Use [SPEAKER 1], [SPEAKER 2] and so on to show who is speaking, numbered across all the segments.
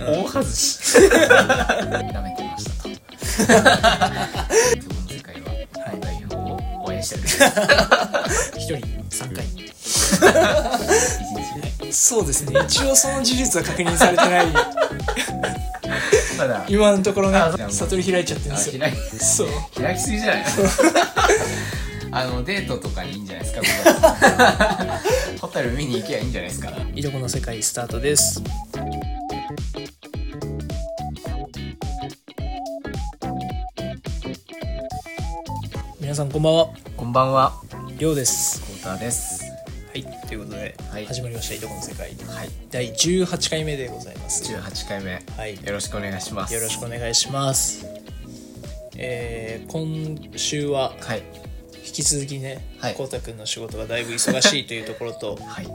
[SPEAKER 1] 大外し
[SPEAKER 2] やめてましたと曲の世界は反対の方を応援してる
[SPEAKER 3] 一人3回
[SPEAKER 2] 一日ね
[SPEAKER 3] そうですね一応その事実は確認されてない
[SPEAKER 2] まだ
[SPEAKER 3] 今のところね
[SPEAKER 2] あそう
[SPEAKER 3] 悟り開いちゃってるん
[SPEAKER 2] あ
[SPEAKER 3] ですよ
[SPEAKER 2] 開い
[SPEAKER 3] そう
[SPEAKER 2] 開きすぎじゃ ないあのデートとかにいいんじゃないですか 僕ホタル見に行けばいいんじゃないですか
[SPEAKER 3] いとこの世界スタートです皆さんこんばんは
[SPEAKER 2] こんばんは
[SPEAKER 3] りょうです
[SPEAKER 2] コーターです
[SPEAKER 3] はいということで、
[SPEAKER 2] はい
[SPEAKER 3] 始まりましたいとこの世界
[SPEAKER 2] はい
[SPEAKER 3] 第18回目でございますよ
[SPEAKER 2] 18回目、
[SPEAKER 3] はい
[SPEAKER 2] よろしくお願いします
[SPEAKER 3] ろしくお願いしますえー今週は
[SPEAKER 2] はい
[SPEAKER 3] 引き続きね、
[SPEAKER 2] はい
[SPEAKER 3] こうたくんの仕事がだいぶ忙しいというところ と
[SPEAKER 2] はい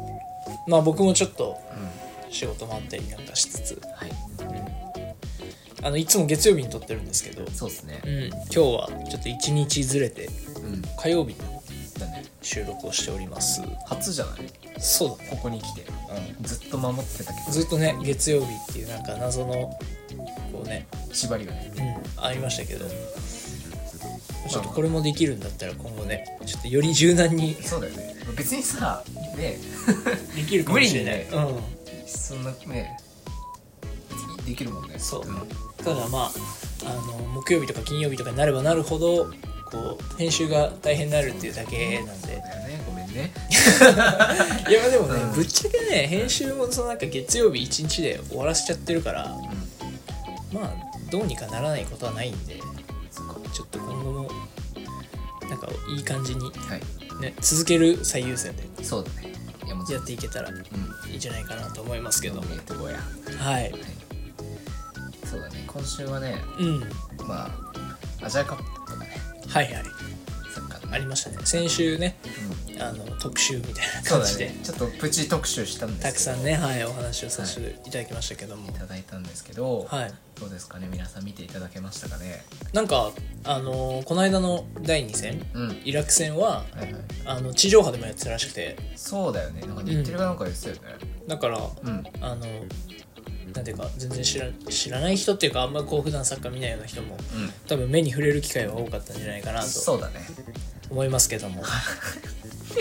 [SPEAKER 3] まあ僕もちょっと
[SPEAKER 2] うん
[SPEAKER 3] 仕事もあったりなんかしつつ
[SPEAKER 2] はい
[SPEAKER 3] あのいつも月曜日に撮ってるんですけど、
[SPEAKER 2] そうですね
[SPEAKER 3] うん、今日はちょっと1日ずれて
[SPEAKER 2] うん
[SPEAKER 3] 火曜日に
[SPEAKER 2] だね
[SPEAKER 3] 収録をしております
[SPEAKER 2] 初じゃない
[SPEAKER 3] そうだね
[SPEAKER 2] ここに来て、ずっと守ってたけど
[SPEAKER 3] ずっとね月曜日っていうなんか謎のこうね、
[SPEAKER 2] 縛りがね
[SPEAKER 3] うん、ありましたけどちょっとこれもできるんだったら今後ねちょっとより柔軟に
[SPEAKER 2] そうだよね別にさね
[SPEAKER 3] できる
[SPEAKER 2] かもしれない
[SPEAKER 3] 無理にね、
[SPEAKER 2] そんなね別にできるもんね
[SPEAKER 3] そうんただまああの木曜日とか金曜日とかになればなるほどこう編集が大変になるっていうだけなんで
[SPEAKER 2] そうだよねごめんね
[SPEAKER 3] いやでもね、
[SPEAKER 2] うん
[SPEAKER 3] ぶっちゃけね編集もそのなんか月曜日一日で終わらせちゃってるから
[SPEAKER 2] うん
[SPEAKER 3] まあどうにかならないことはないんで
[SPEAKER 2] そっか
[SPEAKER 3] ちょっと今後もなんかいい感じに、
[SPEAKER 2] はい
[SPEAKER 3] ね、続ける最優先で
[SPEAKER 2] そうだね。いやもち
[SPEAKER 3] や
[SPEAKER 2] ろ
[SPEAKER 3] っ
[SPEAKER 2] ん。
[SPEAKER 3] ていけたらい
[SPEAKER 2] うん。
[SPEAKER 3] いんじゃないかなと思いますけど
[SPEAKER 2] 見えてこいや。は
[SPEAKER 3] はい
[SPEAKER 2] い。そうだね。今週はね、
[SPEAKER 3] うんはい
[SPEAKER 2] まあアジアカップとかね、
[SPEAKER 3] はい
[SPEAKER 2] サッカーの
[SPEAKER 3] あ
[SPEAKER 2] ね。
[SPEAKER 3] りましたね先週ね
[SPEAKER 2] うん
[SPEAKER 3] あの特集みたいな
[SPEAKER 2] そう
[SPEAKER 3] 感
[SPEAKER 2] だ
[SPEAKER 3] じで、
[SPEAKER 2] ね。ちょっとプチ特集したんですけど。
[SPEAKER 3] たくさんねはいお話をさせていただきましたけども
[SPEAKER 2] いただいたんですけど、
[SPEAKER 3] はい
[SPEAKER 2] どうですかね。皆さん見ていただけましたかね。
[SPEAKER 3] なんかあのこの間の第2戦
[SPEAKER 2] うん。は
[SPEAKER 3] イラク戦はい
[SPEAKER 2] はい。
[SPEAKER 3] あの地上波でもやってたらしくて
[SPEAKER 2] そうだよね。なんか日テレがなんか言ってたよね。
[SPEAKER 3] だから
[SPEAKER 2] うん。
[SPEAKER 3] あのなんていうか全然知ら知らない人っていうかあんまこう普段サッカー見ないような人も
[SPEAKER 2] うん。
[SPEAKER 3] 多分目に触れる機会は多かったんじゃないかなと
[SPEAKER 2] そうだね。
[SPEAKER 3] 思いますけども
[SPEAKER 2] はい。い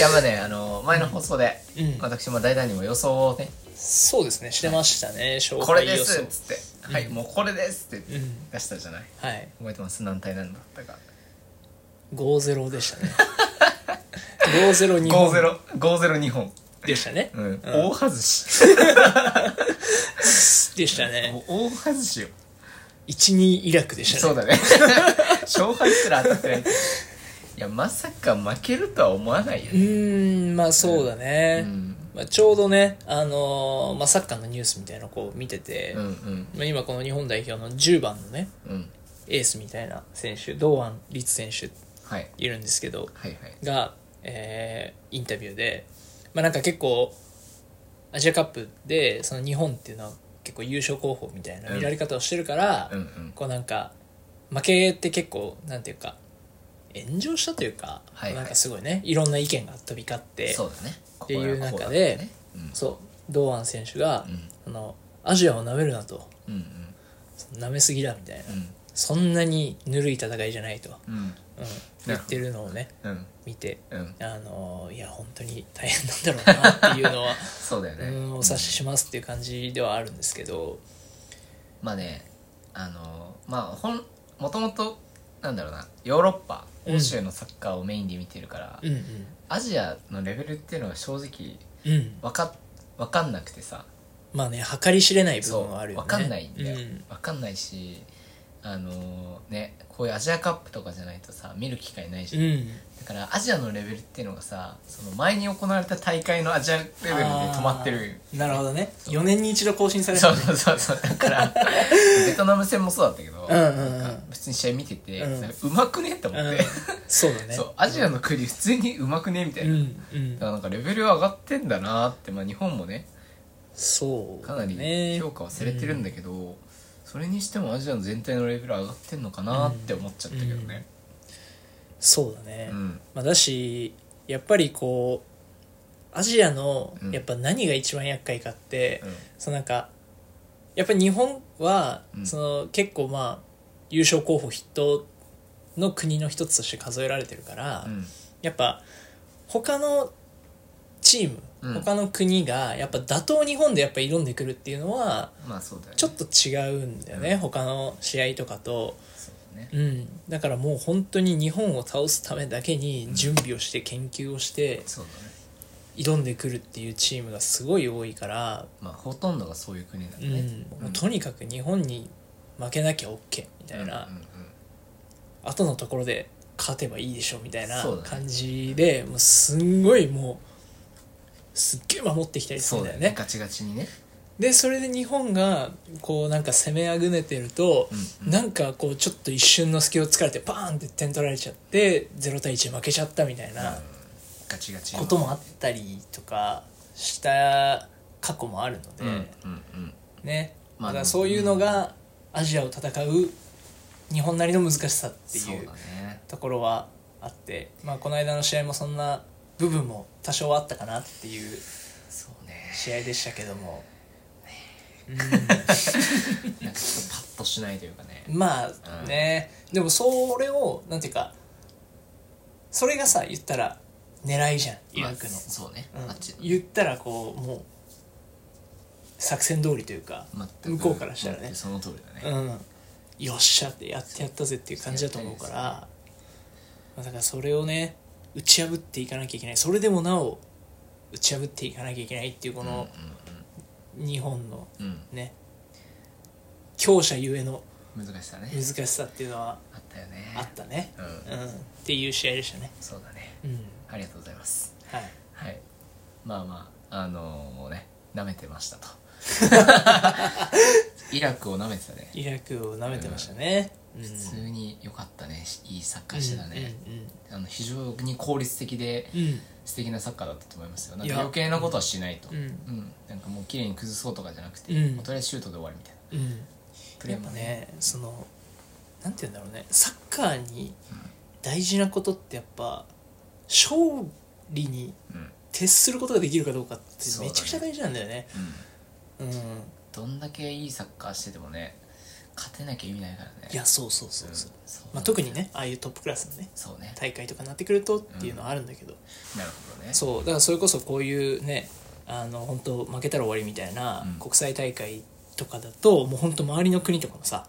[SPEAKER 2] やまあね、あの前の放送で、
[SPEAKER 3] うん
[SPEAKER 2] 私も大々にも予想をね、
[SPEAKER 3] そうですねしてましたね勝
[SPEAKER 2] これ
[SPEAKER 3] 敗
[SPEAKER 2] で
[SPEAKER 3] 予
[SPEAKER 2] す
[SPEAKER 3] 想
[SPEAKER 2] っつって、はい、もうこれですって
[SPEAKER 3] うん
[SPEAKER 2] 出したじゃない。
[SPEAKER 3] はい
[SPEAKER 2] 覚えてます何対何だったか
[SPEAKER 3] 5-0でしたね5-0日本
[SPEAKER 2] 5-0日本
[SPEAKER 3] でしたね、
[SPEAKER 2] うん、
[SPEAKER 3] ん
[SPEAKER 2] 大外し
[SPEAKER 3] でしたね
[SPEAKER 2] 大外しよ
[SPEAKER 3] 1-2イラクでした
[SPEAKER 2] そう
[SPEAKER 3] ね
[SPEAKER 2] だね 勝敗すら当たってないいやまさか負けるとは思わないよ
[SPEAKER 3] う
[SPEAKER 2] ね、
[SPEAKER 3] ーんまあそうだね、
[SPEAKER 2] うん
[SPEAKER 3] まあ、ちょうどね、あのーまあ、サッカーのニュースみたいなのをこう見てて、
[SPEAKER 2] うんうん
[SPEAKER 3] まあ、今この日本代表の10番のね
[SPEAKER 2] うん
[SPEAKER 3] エースみたいな選手堂安律選手
[SPEAKER 2] はい
[SPEAKER 3] いるんですけど
[SPEAKER 2] はいはい
[SPEAKER 3] が、えーインタビューで、まあ、なんか結構アジアカップでその日本っていうのは結構優勝候補みたいな
[SPEAKER 2] うん
[SPEAKER 3] 見られ方をしてるから、
[SPEAKER 2] うんうん
[SPEAKER 3] こうなんか負けって結構なんていうか炎上したというか、
[SPEAKER 2] はいはい
[SPEAKER 3] なんかすごいねいろんな意見が飛び交って
[SPEAKER 2] そうだね
[SPEAKER 3] っていう中
[SPEAKER 2] これはこうだった
[SPEAKER 3] で
[SPEAKER 2] ねうん
[SPEAKER 3] そう堂安選手が、
[SPEAKER 2] うん
[SPEAKER 3] そのアジアを舐めるなと
[SPEAKER 2] うん
[SPEAKER 3] 舐めすぎだみたいな、
[SPEAKER 2] うん
[SPEAKER 3] そんなにぬるい戦いじゃないと、
[SPEAKER 2] うん
[SPEAKER 3] うん、言ってるのをね
[SPEAKER 2] うん
[SPEAKER 3] 見て、
[SPEAKER 2] うん
[SPEAKER 3] あのーいや本当に大変なんだろうなっていうのは、
[SPEAKER 2] そうだよ
[SPEAKER 3] う
[SPEAKER 2] ね、
[SPEAKER 3] ん、お察ししますっていう感じではあるんですけど
[SPEAKER 2] まあねあのまあほんもともとなんだろうなヨーロッパ
[SPEAKER 3] うん
[SPEAKER 2] 欧州のサッカーをメインで見てるから、
[SPEAKER 3] うん
[SPEAKER 2] アジアのレベルっていうのが正直
[SPEAKER 3] うんうん
[SPEAKER 2] わかわかんなくてさ
[SPEAKER 3] まあね計り知れない部
[SPEAKER 2] そう
[SPEAKER 3] 分はあ
[SPEAKER 2] わ
[SPEAKER 3] るよね
[SPEAKER 2] かんないんだよ、
[SPEAKER 3] うん
[SPEAKER 2] わかんないしあのねこういうアジアカップとかじゃないとさ見る機会ないじゃ、
[SPEAKER 3] うんん
[SPEAKER 2] だからアジアのレベルっていうのがさその前に行われた大会のアジアレベルで止まってる
[SPEAKER 3] あーなるほどね4年に一度更新され る
[SPEAKER 2] そうそうそうそうだから ベトナム戦もそうだったけど、
[SPEAKER 3] うんうんうん
[SPEAKER 2] なんか普通に試合見てて、
[SPEAKER 3] うん
[SPEAKER 2] うまくねって思って、
[SPEAKER 3] うんそうだね
[SPEAKER 2] そうアジアの国普通にうまくねみたい
[SPEAKER 3] うん
[SPEAKER 2] な、
[SPEAKER 3] うん
[SPEAKER 2] だからなんかレベル上がってんだなって、まあ、日本もね
[SPEAKER 3] そう
[SPEAKER 2] かなり
[SPEAKER 3] ね
[SPEAKER 2] 評価はされてるんだけど、それにしてもアジアの全体のレベル上がってんのかなって思っちゃったけどね
[SPEAKER 3] そうだね、
[SPEAKER 2] うん
[SPEAKER 3] まあ、だしやっぱりこうアジアの
[SPEAKER 2] うん
[SPEAKER 3] やっぱ何が一番厄介かって、
[SPEAKER 2] うん
[SPEAKER 3] そのなんかやっぱり日本は、
[SPEAKER 2] うん
[SPEAKER 3] その結構まあ優勝候補筆頭の国の一つとして数えられてるから、
[SPEAKER 2] うん
[SPEAKER 3] やっぱ他のチーム、
[SPEAKER 2] うん
[SPEAKER 3] 他の国がやっぱ打倒日本でやっぱ挑んでくるっていうのは
[SPEAKER 2] まあそうだよね
[SPEAKER 3] ちょっと違うんだよね、他の試合とかと、
[SPEAKER 2] そうね
[SPEAKER 3] うん、だからもう本当に日本を倒すためだけに準備をして研究をして
[SPEAKER 2] そうだね
[SPEAKER 3] 挑んでくるっていうチームがすごい多いから、
[SPEAKER 2] まあほとんどがそういう国だ
[SPEAKER 3] う
[SPEAKER 2] ね
[SPEAKER 3] んもうとにかく日本に負けなきゃ OK みたいな、
[SPEAKER 2] うんうんうん
[SPEAKER 3] 後のところで勝てばいいでしょみたいな
[SPEAKER 2] そうだね
[SPEAKER 3] 感じでもうすんごいもうすっげえ守ってきたりす
[SPEAKER 2] そ
[SPEAKER 3] るん
[SPEAKER 2] う
[SPEAKER 3] だ
[SPEAKER 2] だ
[SPEAKER 3] よ
[SPEAKER 2] よ
[SPEAKER 3] ね
[SPEAKER 2] ねガチガチにね
[SPEAKER 3] でそれで日本がこうなんか攻めあぐねてると、
[SPEAKER 2] うん
[SPEAKER 3] なんかこうちょっと一瞬の隙を突かれてバーンって点取られちゃって0対1負けちゃったみたいな
[SPEAKER 2] ガチガチの
[SPEAKER 3] こともあったりとかした過去もあるので、
[SPEAKER 2] うんうんうん
[SPEAKER 3] ね、
[SPEAKER 2] まあ
[SPEAKER 3] だからそういうのがアジアを戦う日本なりの難しさって
[SPEAKER 2] そ
[SPEAKER 3] いうう
[SPEAKER 2] だね
[SPEAKER 3] ところはあって、まあ、この間の試合もそんな部分も多少はあったかなっていう
[SPEAKER 2] そうね
[SPEAKER 3] 試合でしたけども、
[SPEAKER 2] なんかちょっとパッとしないというか ね
[SPEAKER 3] ま
[SPEAKER 2] う
[SPEAKER 3] あ
[SPEAKER 2] ん
[SPEAKER 3] ね、でもそれをなんていうかそれがさ言ったら狙いじゃんイラクの
[SPEAKER 2] まあ、そうね
[SPEAKER 3] うん
[SPEAKER 2] あっち
[SPEAKER 3] 言ったらこうもう作戦通りというか、
[SPEAKER 2] 全く
[SPEAKER 3] 向こうからしたらね
[SPEAKER 2] その通りだね
[SPEAKER 3] うん、よっしゃってやってやったぜっていう感じだと思うから、まあだからそれをね打ち破っていかなきゃいけないそれでもなお打ち破っていかなきゃいけないっていうこ
[SPEAKER 2] うん
[SPEAKER 3] の日本の
[SPEAKER 2] うん
[SPEAKER 3] ね強者ゆえの
[SPEAKER 2] うん難しさね
[SPEAKER 3] 難しさっていうのは
[SPEAKER 2] あったよね
[SPEAKER 3] あったね、
[SPEAKER 2] うん
[SPEAKER 3] うん、っていう試合でしたね、
[SPEAKER 2] そうだね
[SPEAKER 3] うん
[SPEAKER 2] ありがとうございます
[SPEAKER 3] はい、
[SPEAKER 2] はいまあまああのね舐めてました とイラクを舐めてたね
[SPEAKER 3] イラクを舐めてましたね、うん
[SPEAKER 2] 普通に良かったねいいサッカーしてたね
[SPEAKER 3] うんうん
[SPEAKER 2] あの非常に効率的で
[SPEAKER 3] うんうん
[SPEAKER 2] 素敵なサッカーだったと思いますよなん
[SPEAKER 3] い
[SPEAKER 2] か
[SPEAKER 3] や
[SPEAKER 2] 余計なことはしないと
[SPEAKER 3] う
[SPEAKER 2] うんん、なんかもう綺麗に崩そうとかじゃなくて、
[SPEAKER 3] うん
[SPEAKER 2] もうとりあえずシュートで終わりみたいな
[SPEAKER 3] うん、
[SPEAKER 2] プレ
[SPEAKER 3] やっ
[SPEAKER 2] ー
[SPEAKER 3] ぱ
[SPEAKER 2] も
[SPEAKER 3] ねそのなんて言うんだろうねサッカーに大事なことってやっぱ勝利に
[SPEAKER 2] うん、うん
[SPEAKER 3] 徹することができるかどうかって
[SPEAKER 2] そうだ
[SPEAKER 3] め
[SPEAKER 2] ね
[SPEAKER 3] ちゃくちゃ大事なんだよねう
[SPEAKER 2] どんだけいいサッカーしててもね勝てなきゃ意味ないからね
[SPEAKER 3] んいやそうそうそう
[SPEAKER 2] うん
[SPEAKER 3] そう、
[SPEAKER 2] そう
[SPEAKER 3] まあ、特にねああいうトップクラスのね
[SPEAKER 2] そうね
[SPEAKER 3] 大会とかになってくるとっていうのはあるんだけど、
[SPEAKER 2] なるほどね
[SPEAKER 3] そうだからそれこそこういうねあの本当負けたら終わりみたいな
[SPEAKER 2] うん
[SPEAKER 3] 国際大会とかだと、もう本当周りの国とかもさやっ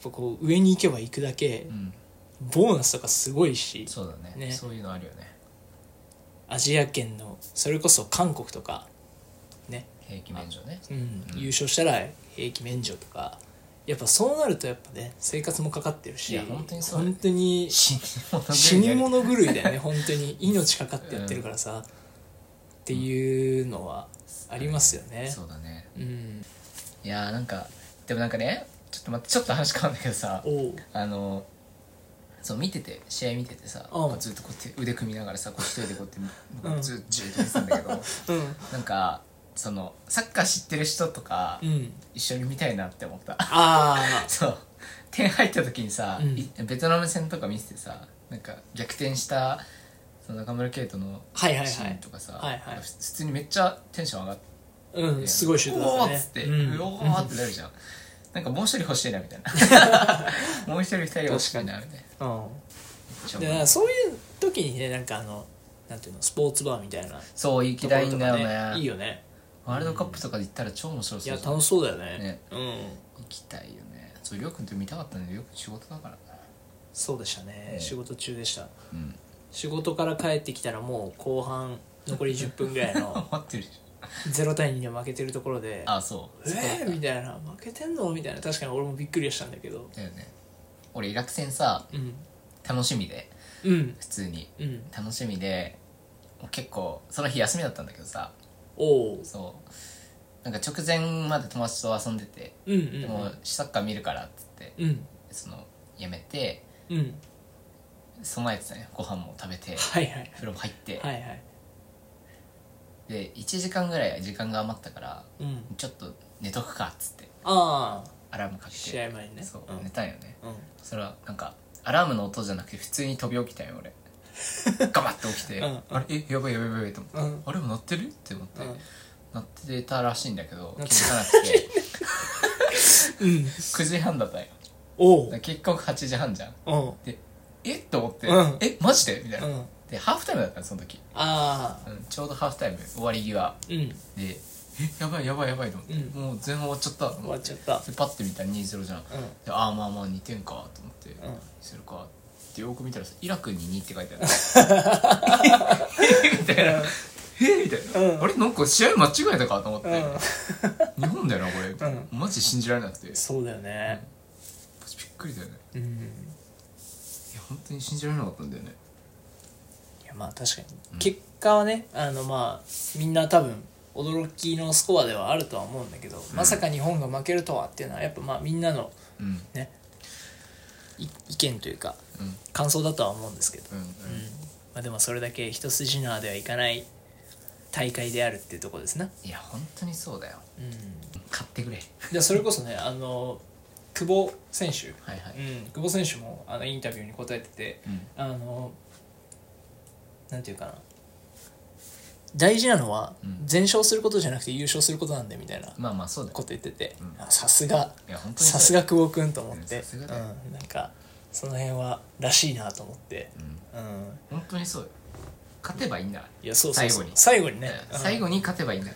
[SPEAKER 3] ぱこう上に行けば行くだけ
[SPEAKER 2] うん、
[SPEAKER 3] ボーナスとかすごいし
[SPEAKER 2] そうだね
[SPEAKER 3] ね
[SPEAKER 2] そういうのあるよね
[SPEAKER 3] アジア圏のそれこそ韓国とかね、
[SPEAKER 2] 兵役免除ね
[SPEAKER 3] うん
[SPEAKER 2] うん
[SPEAKER 3] 優勝したら兵役免除とかやっぱそうなるとやっぱね生活もかかってるし
[SPEAKER 2] いや本当にそうだよ
[SPEAKER 3] 本当に
[SPEAKER 2] 死に物
[SPEAKER 3] 死に
[SPEAKER 2] 狂い
[SPEAKER 3] 物狂いだよね本 当に命かかってやってるからさ、っていうのはありますよ
[SPEAKER 2] だ
[SPEAKER 3] ね
[SPEAKER 2] ねそうだね
[SPEAKER 3] うん
[SPEAKER 2] いやーなんかでもなんかねちょっと待ってちょっと話変わるんだけどさ
[SPEAKER 3] おう
[SPEAKER 2] あのそう見てて試合見ててさ
[SPEAKER 3] うん
[SPEAKER 2] こうずっとこうやって腕組みながらさこう一人でこうやっ
[SPEAKER 3] うん
[SPEAKER 2] てずっとじーっと見てたんだけど
[SPEAKER 3] うん
[SPEAKER 2] なんかそのサッカー知ってる人とか
[SPEAKER 3] うん
[SPEAKER 2] 一緒に見たいなって思った
[SPEAKER 3] あ
[SPEAKER 2] そう点入った時にさ、
[SPEAKER 3] うん
[SPEAKER 2] いベトナム戦とか見ててさなんか逆転したその中村圭斗の
[SPEAKER 3] はいはいはい
[SPEAKER 2] シーンとかさ、
[SPEAKER 3] はいはい
[SPEAKER 2] なんか普通にめっちゃテンション上がって、
[SPEAKER 3] あうんすごいシュート
[SPEAKER 2] う
[SPEAKER 3] だ
[SPEAKER 2] お
[SPEAKER 3] った
[SPEAKER 2] ー
[SPEAKER 3] ね
[SPEAKER 2] っつって、
[SPEAKER 3] うん
[SPEAKER 2] うおーってなるじゃんなんかもう一人欲しいなみたい なもう一人二人欲しいなみたいな
[SPEAKER 3] うん
[SPEAKER 2] ちょ
[SPEAKER 3] でなんかそういう時にねなんかあのなんていうのスポーツバーみたいな
[SPEAKER 2] そう行きたいんだよね
[SPEAKER 3] いいよね
[SPEAKER 2] ワールドカップとかで行ったら超面白
[SPEAKER 3] い
[SPEAKER 2] そ
[SPEAKER 3] や
[SPEAKER 2] うじゃん
[SPEAKER 3] 楽しそうだよね
[SPEAKER 2] ね
[SPEAKER 3] うん
[SPEAKER 2] 行きたいよねそうりょうくんって見たかったねりょうくん仕事だからな
[SPEAKER 3] そうでしたね、
[SPEAKER 2] うん
[SPEAKER 3] 仕事中でした
[SPEAKER 2] うん
[SPEAKER 3] 仕事から帰ってきたらもう後半残り10分ぐらい の
[SPEAKER 2] 待ってるでしょ
[SPEAKER 3] 0対2で負けてるところで
[SPEAKER 2] あそう
[SPEAKER 3] えー、みたいな負けてんのみたいな確かに俺もびっくりはしたんだけど
[SPEAKER 2] だよね俺イラク戦さ
[SPEAKER 3] うん
[SPEAKER 2] 楽しみで
[SPEAKER 3] うん
[SPEAKER 2] 普通に
[SPEAKER 3] うん
[SPEAKER 2] 楽しみで結構その日休みだったんだけどさ
[SPEAKER 3] おう
[SPEAKER 2] そうなんか直前まで友達と遊んでて
[SPEAKER 3] う
[SPEAKER 2] 「
[SPEAKER 3] ん
[SPEAKER 2] で
[SPEAKER 3] うん
[SPEAKER 2] もうサッカー見るから」っつって
[SPEAKER 3] うん
[SPEAKER 2] そのやめて
[SPEAKER 3] うん
[SPEAKER 2] 備えてたねご飯も食べて
[SPEAKER 3] はいはい
[SPEAKER 2] 風呂も入って、
[SPEAKER 3] はいはい
[SPEAKER 2] で1時間ぐらい時間が余ったから
[SPEAKER 3] うん
[SPEAKER 2] ちょっと寝とくかっつって
[SPEAKER 3] ああ
[SPEAKER 2] アラームかけて
[SPEAKER 3] 試合前にね
[SPEAKER 2] そう、
[SPEAKER 3] うん
[SPEAKER 2] 寝たんよね
[SPEAKER 3] うん
[SPEAKER 2] それはなんかアラームの音じゃなくて普通に飛び起きたよ俺ガバッと起きて、
[SPEAKER 3] うん
[SPEAKER 2] あれえやばいやばいやばいと思って、
[SPEAKER 3] うん
[SPEAKER 2] あれも鳴ってるって思って、
[SPEAKER 3] うん
[SPEAKER 2] 鳴ってたらしいんだけど気
[SPEAKER 3] 鳴って
[SPEAKER 2] づかなくて
[SPEAKER 3] うん
[SPEAKER 2] 9時半だったんよ
[SPEAKER 3] おう
[SPEAKER 2] だから結局8時半じゃん
[SPEAKER 3] うんうん
[SPEAKER 2] でえっと思って、
[SPEAKER 3] うん
[SPEAKER 2] えマジでみたいな、でハーフタイムだったのその時、
[SPEAKER 3] ああ
[SPEAKER 2] うん、ちょうどハーフタイム終わり際
[SPEAKER 3] うん
[SPEAKER 2] でえやばいやばいやばいと思って、
[SPEAKER 3] うん
[SPEAKER 2] もう前半終わっちゃったと
[SPEAKER 3] 終
[SPEAKER 2] 思
[SPEAKER 3] わ
[SPEAKER 2] っ
[SPEAKER 3] ってちゃった
[SPEAKER 2] でパッて見たら2-0じゃん
[SPEAKER 3] うん
[SPEAKER 2] でああまあまあ2点かと思って、
[SPEAKER 3] ん
[SPEAKER 2] するかってよく見たらさイラクに2って書いてある え みたいなえみたいな、
[SPEAKER 3] うん
[SPEAKER 2] あれなんか試合間違えたかと思って、
[SPEAKER 3] うん
[SPEAKER 2] 日本だよなこれ、みたいなマジ信じられなくてびっ
[SPEAKER 3] そうだよね
[SPEAKER 2] くりだよね
[SPEAKER 3] うん
[SPEAKER 2] いや本当に信じられなかったんだよね
[SPEAKER 3] いやまあ確か
[SPEAKER 2] うん
[SPEAKER 3] に結果はねあのまあみんな多分驚きのスコアではあるとは思うんだけど、まさか日本が負けるとはっていうのはやっぱまあみんなの
[SPEAKER 2] うんうん
[SPEAKER 3] ねい意見というか感想だとは思うんですけど、
[SPEAKER 2] うんうん
[SPEAKER 3] うんまあ、でもそれだけ一筋縄ではいかない大会であるっていうところですね、
[SPEAKER 2] いや本当にそうだよ
[SPEAKER 3] うん、
[SPEAKER 2] 買ってくれ
[SPEAKER 3] でそれこそねあの久保選手、
[SPEAKER 2] はいはい、
[SPEAKER 3] うん、久保選手もあのインタビューに答えてて
[SPEAKER 2] うん
[SPEAKER 3] あのなんていうかな大事なのは
[SPEAKER 2] うん
[SPEAKER 3] 全勝することじゃなくて優勝することなんでみたいな
[SPEAKER 2] まあまあそうだよ
[SPEAKER 3] こと言ってて
[SPEAKER 2] うん
[SPEAKER 3] あさすが
[SPEAKER 2] いや本当に
[SPEAKER 3] さす
[SPEAKER 2] が
[SPEAKER 3] が久保君と思って、
[SPEAKER 2] うんさす
[SPEAKER 3] うん、
[SPEAKER 2] が
[SPEAKER 3] なん
[SPEAKER 2] だよ
[SPEAKER 3] かその辺はらしいなと思って、
[SPEAKER 2] うん
[SPEAKER 3] うん、
[SPEAKER 2] 本当にそうよ勝てばいいんだから
[SPEAKER 3] いやそうそうそう最
[SPEAKER 2] 最
[SPEAKER 3] 後にね、
[SPEAKER 2] うん最後
[SPEAKER 3] に
[SPEAKER 2] に勝てばいいんだ
[SPEAKER 3] っ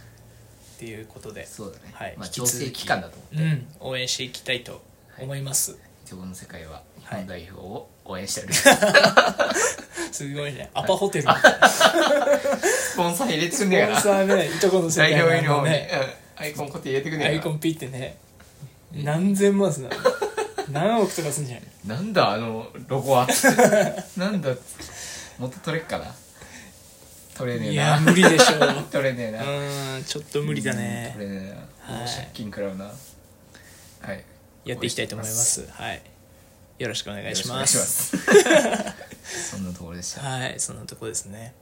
[SPEAKER 3] ていうことで、
[SPEAKER 2] そうだね、
[SPEAKER 3] はい
[SPEAKER 2] まあ
[SPEAKER 3] 引き続
[SPEAKER 2] 調
[SPEAKER 3] き
[SPEAKER 2] 整期間だと思って
[SPEAKER 3] うん、応援していきたいと思います、
[SPEAKER 2] 日本の世界は日
[SPEAKER 3] はい
[SPEAKER 2] 本代表を応援してる、
[SPEAKER 3] すごいねアパホテルの
[SPEAKER 2] スポンサー入れてくんね
[SPEAKER 3] ス
[SPEAKER 2] や
[SPEAKER 3] ポン
[SPEAKER 2] な
[SPEAKER 3] サーねいとこの世界
[SPEAKER 2] 代表ユニフォー
[SPEAKER 3] の
[SPEAKER 2] ムに、
[SPEAKER 3] ね
[SPEAKER 2] うんアイコンこうやって入れてくんねや
[SPEAKER 3] ア
[SPEAKER 2] な
[SPEAKER 3] イコンピってね何千万すんだろう何億とかすんじゃない
[SPEAKER 2] なんだあのロゴは なんだ元取れっかな取れね
[SPEAKER 3] い
[SPEAKER 2] えな
[SPEAKER 3] や無理でしょう
[SPEAKER 2] 取れねえな、
[SPEAKER 3] うんちょっと無理だ
[SPEAKER 2] 取
[SPEAKER 3] ね
[SPEAKER 2] れねえな、
[SPEAKER 3] はい
[SPEAKER 2] 借金食らうなはい
[SPEAKER 3] やっていきたいと思いますはいよろしくお願
[SPEAKER 2] よろ
[SPEAKER 3] い
[SPEAKER 2] し
[SPEAKER 3] し
[SPEAKER 2] くお願
[SPEAKER 3] ま
[SPEAKER 2] いしますす そんなところでした
[SPEAKER 3] はいそんなとこですね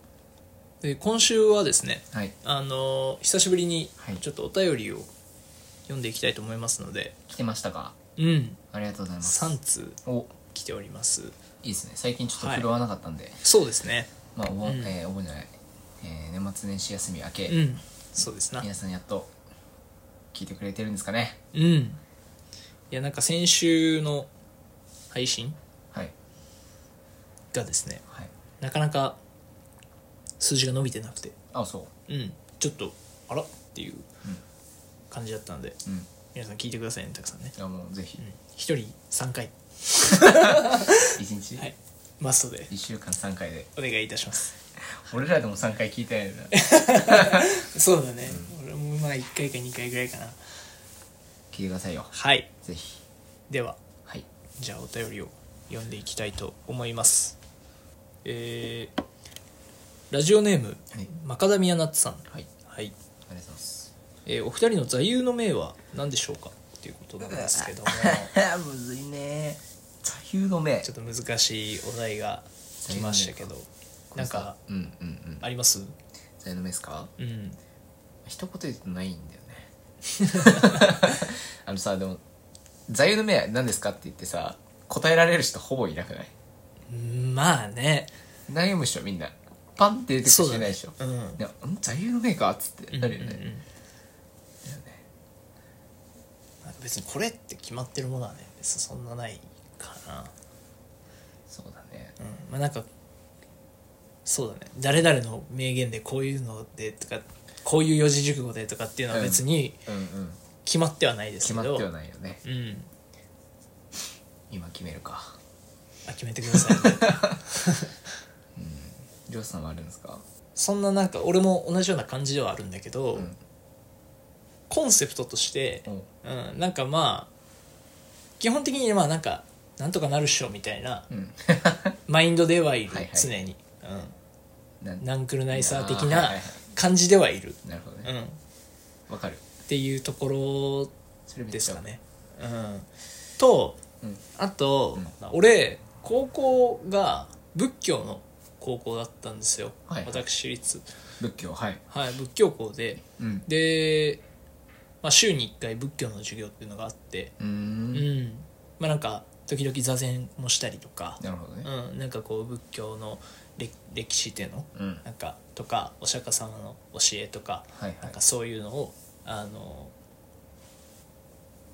[SPEAKER 3] で今週はですね
[SPEAKER 2] はい
[SPEAKER 3] あの久しぶりに
[SPEAKER 2] はい
[SPEAKER 3] ちょっとお便りを読んでいきたいと思いますので、
[SPEAKER 2] 来てましたか
[SPEAKER 3] うん
[SPEAKER 2] ありがとうございます
[SPEAKER 3] 3通
[SPEAKER 2] お
[SPEAKER 3] 来ております
[SPEAKER 2] いいですね最近ちょっと振るわなかったんで、
[SPEAKER 3] そうですね
[SPEAKER 2] まあお盆、
[SPEAKER 3] うん
[SPEAKER 2] えーお盆じゃない、えー年末年始休み明け、
[SPEAKER 3] うんそうですな
[SPEAKER 2] 皆さんやっと聞いてくれてるんですかね
[SPEAKER 3] うんいやなんか先週の配信
[SPEAKER 2] はい
[SPEAKER 3] がですね
[SPEAKER 2] はい
[SPEAKER 3] なかなか数字が伸びてなくて
[SPEAKER 2] あそ
[SPEAKER 3] うんちょっとあらっていう
[SPEAKER 2] うん
[SPEAKER 3] 感じだったので
[SPEAKER 2] ううん
[SPEAKER 3] 皆さん聞いてくださいねたくさんね
[SPEAKER 2] じゃあもうぜひ
[SPEAKER 3] うん一人3回
[SPEAKER 2] 一日、
[SPEAKER 3] はいマストで
[SPEAKER 2] 一週間三回で
[SPEAKER 3] お願いいたします
[SPEAKER 2] 俺らでも三回聞いてないな
[SPEAKER 3] そうだね、俺もまあ1回か2回ぐらいかな
[SPEAKER 2] 聞いてくださいよ
[SPEAKER 3] はい
[SPEAKER 2] ぜひ
[SPEAKER 3] では
[SPEAKER 2] はい
[SPEAKER 3] じゃあお便りを読んでいきたいと思いますえー、ラジオネーム、
[SPEAKER 2] はい
[SPEAKER 3] マカダミアナッツさん
[SPEAKER 2] はいあり
[SPEAKER 3] はい、
[SPEAKER 2] がとうござい ます
[SPEAKER 3] えーお二人の座右の銘は何でしょうかっていうことなんですけど も
[SPEAKER 2] むずいね座右の銘
[SPEAKER 3] ちょっと難しいお題が来ましたけどなんか
[SPEAKER 2] うんうんうん
[SPEAKER 3] あります
[SPEAKER 2] 座右の銘ですか
[SPEAKER 3] うん
[SPEAKER 2] 一言で言うとないんだよね あのさでも座右の銘は何ですかって言ってさ答えられる人ほぼいなくない
[SPEAKER 3] まあね
[SPEAKER 2] 悩むでしょみんなパンって出てくる人いないでしょ
[SPEAKER 3] そうだねうん
[SPEAKER 2] でん座右の銘かっつってなるよね、
[SPEAKER 3] うんうんうんまあ別にこれって決まってるものはね別にそんなないかな
[SPEAKER 2] そうだね
[SPEAKER 3] うんまあなんかそうだね誰々の名言でこういうのでとかこういう四字熟語でとかっていうのは別に
[SPEAKER 2] うんうん
[SPEAKER 3] 決まってはないで
[SPEAKER 2] 決
[SPEAKER 3] すけ
[SPEAKER 2] ま
[SPEAKER 3] ど、
[SPEAKER 2] ってはないよね
[SPEAKER 3] うん
[SPEAKER 2] 今決めるか
[SPEAKER 3] あ決めてください、ね、
[SPEAKER 2] りょうさんはあるんですか
[SPEAKER 3] そんななんか俺も同じような感じではあるんだけど、
[SPEAKER 2] うん
[SPEAKER 3] コンセプトとして、
[SPEAKER 2] お
[SPEAKER 3] うん、なんかまあ基本的にまあなんかなんとかなるっしょみたいな
[SPEAKER 2] うん
[SPEAKER 3] マインドではいる、
[SPEAKER 2] はいはい
[SPEAKER 3] 常に、
[SPEAKER 2] な
[SPEAKER 3] うん、ナンクルナイサー的
[SPEAKER 2] あーはい
[SPEAKER 3] な
[SPEAKER 2] はいはい
[SPEAKER 3] 感じではいる、
[SPEAKER 2] なるほど
[SPEAKER 3] う
[SPEAKER 2] ね
[SPEAKER 3] ん、っ
[SPEAKER 2] わかる
[SPEAKER 3] ていうとこ
[SPEAKER 2] それ
[SPEAKER 3] ろ
[SPEAKER 2] めっ
[SPEAKER 3] で
[SPEAKER 2] ち
[SPEAKER 3] す
[SPEAKER 2] ゃ
[SPEAKER 3] かね、うん、と
[SPEAKER 2] うん
[SPEAKER 3] あと、
[SPEAKER 2] うん
[SPEAKER 3] 俺高校が仏教の高校だったんですよ、
[SPEAKER 2] はいはい
[SPEAKER 3] 私立、
[SPEAKER 2] 仏教はい
[SPEAKER 3] はい、仏教校で
[SPEAKER 2] うん
[SPEAKER 3] で、まあ、週に1回仏教の授業っていうのがあって
[SPEAKER 2] うーん
[SPEAKER 3] うんまあなんか時々座禅もしたりとか、
[SPEAKER 2] なるほどね
[SPEAKER 3] うん、なんかこう仏教の歴歴史っていうの、
[SPEAKER 2] うん
[SPEAKER 3] なんかとかお釈迦様の教えとか、
[SPEAKER 2] はいはい
[SPEAKER 3] なんかそういうのをあの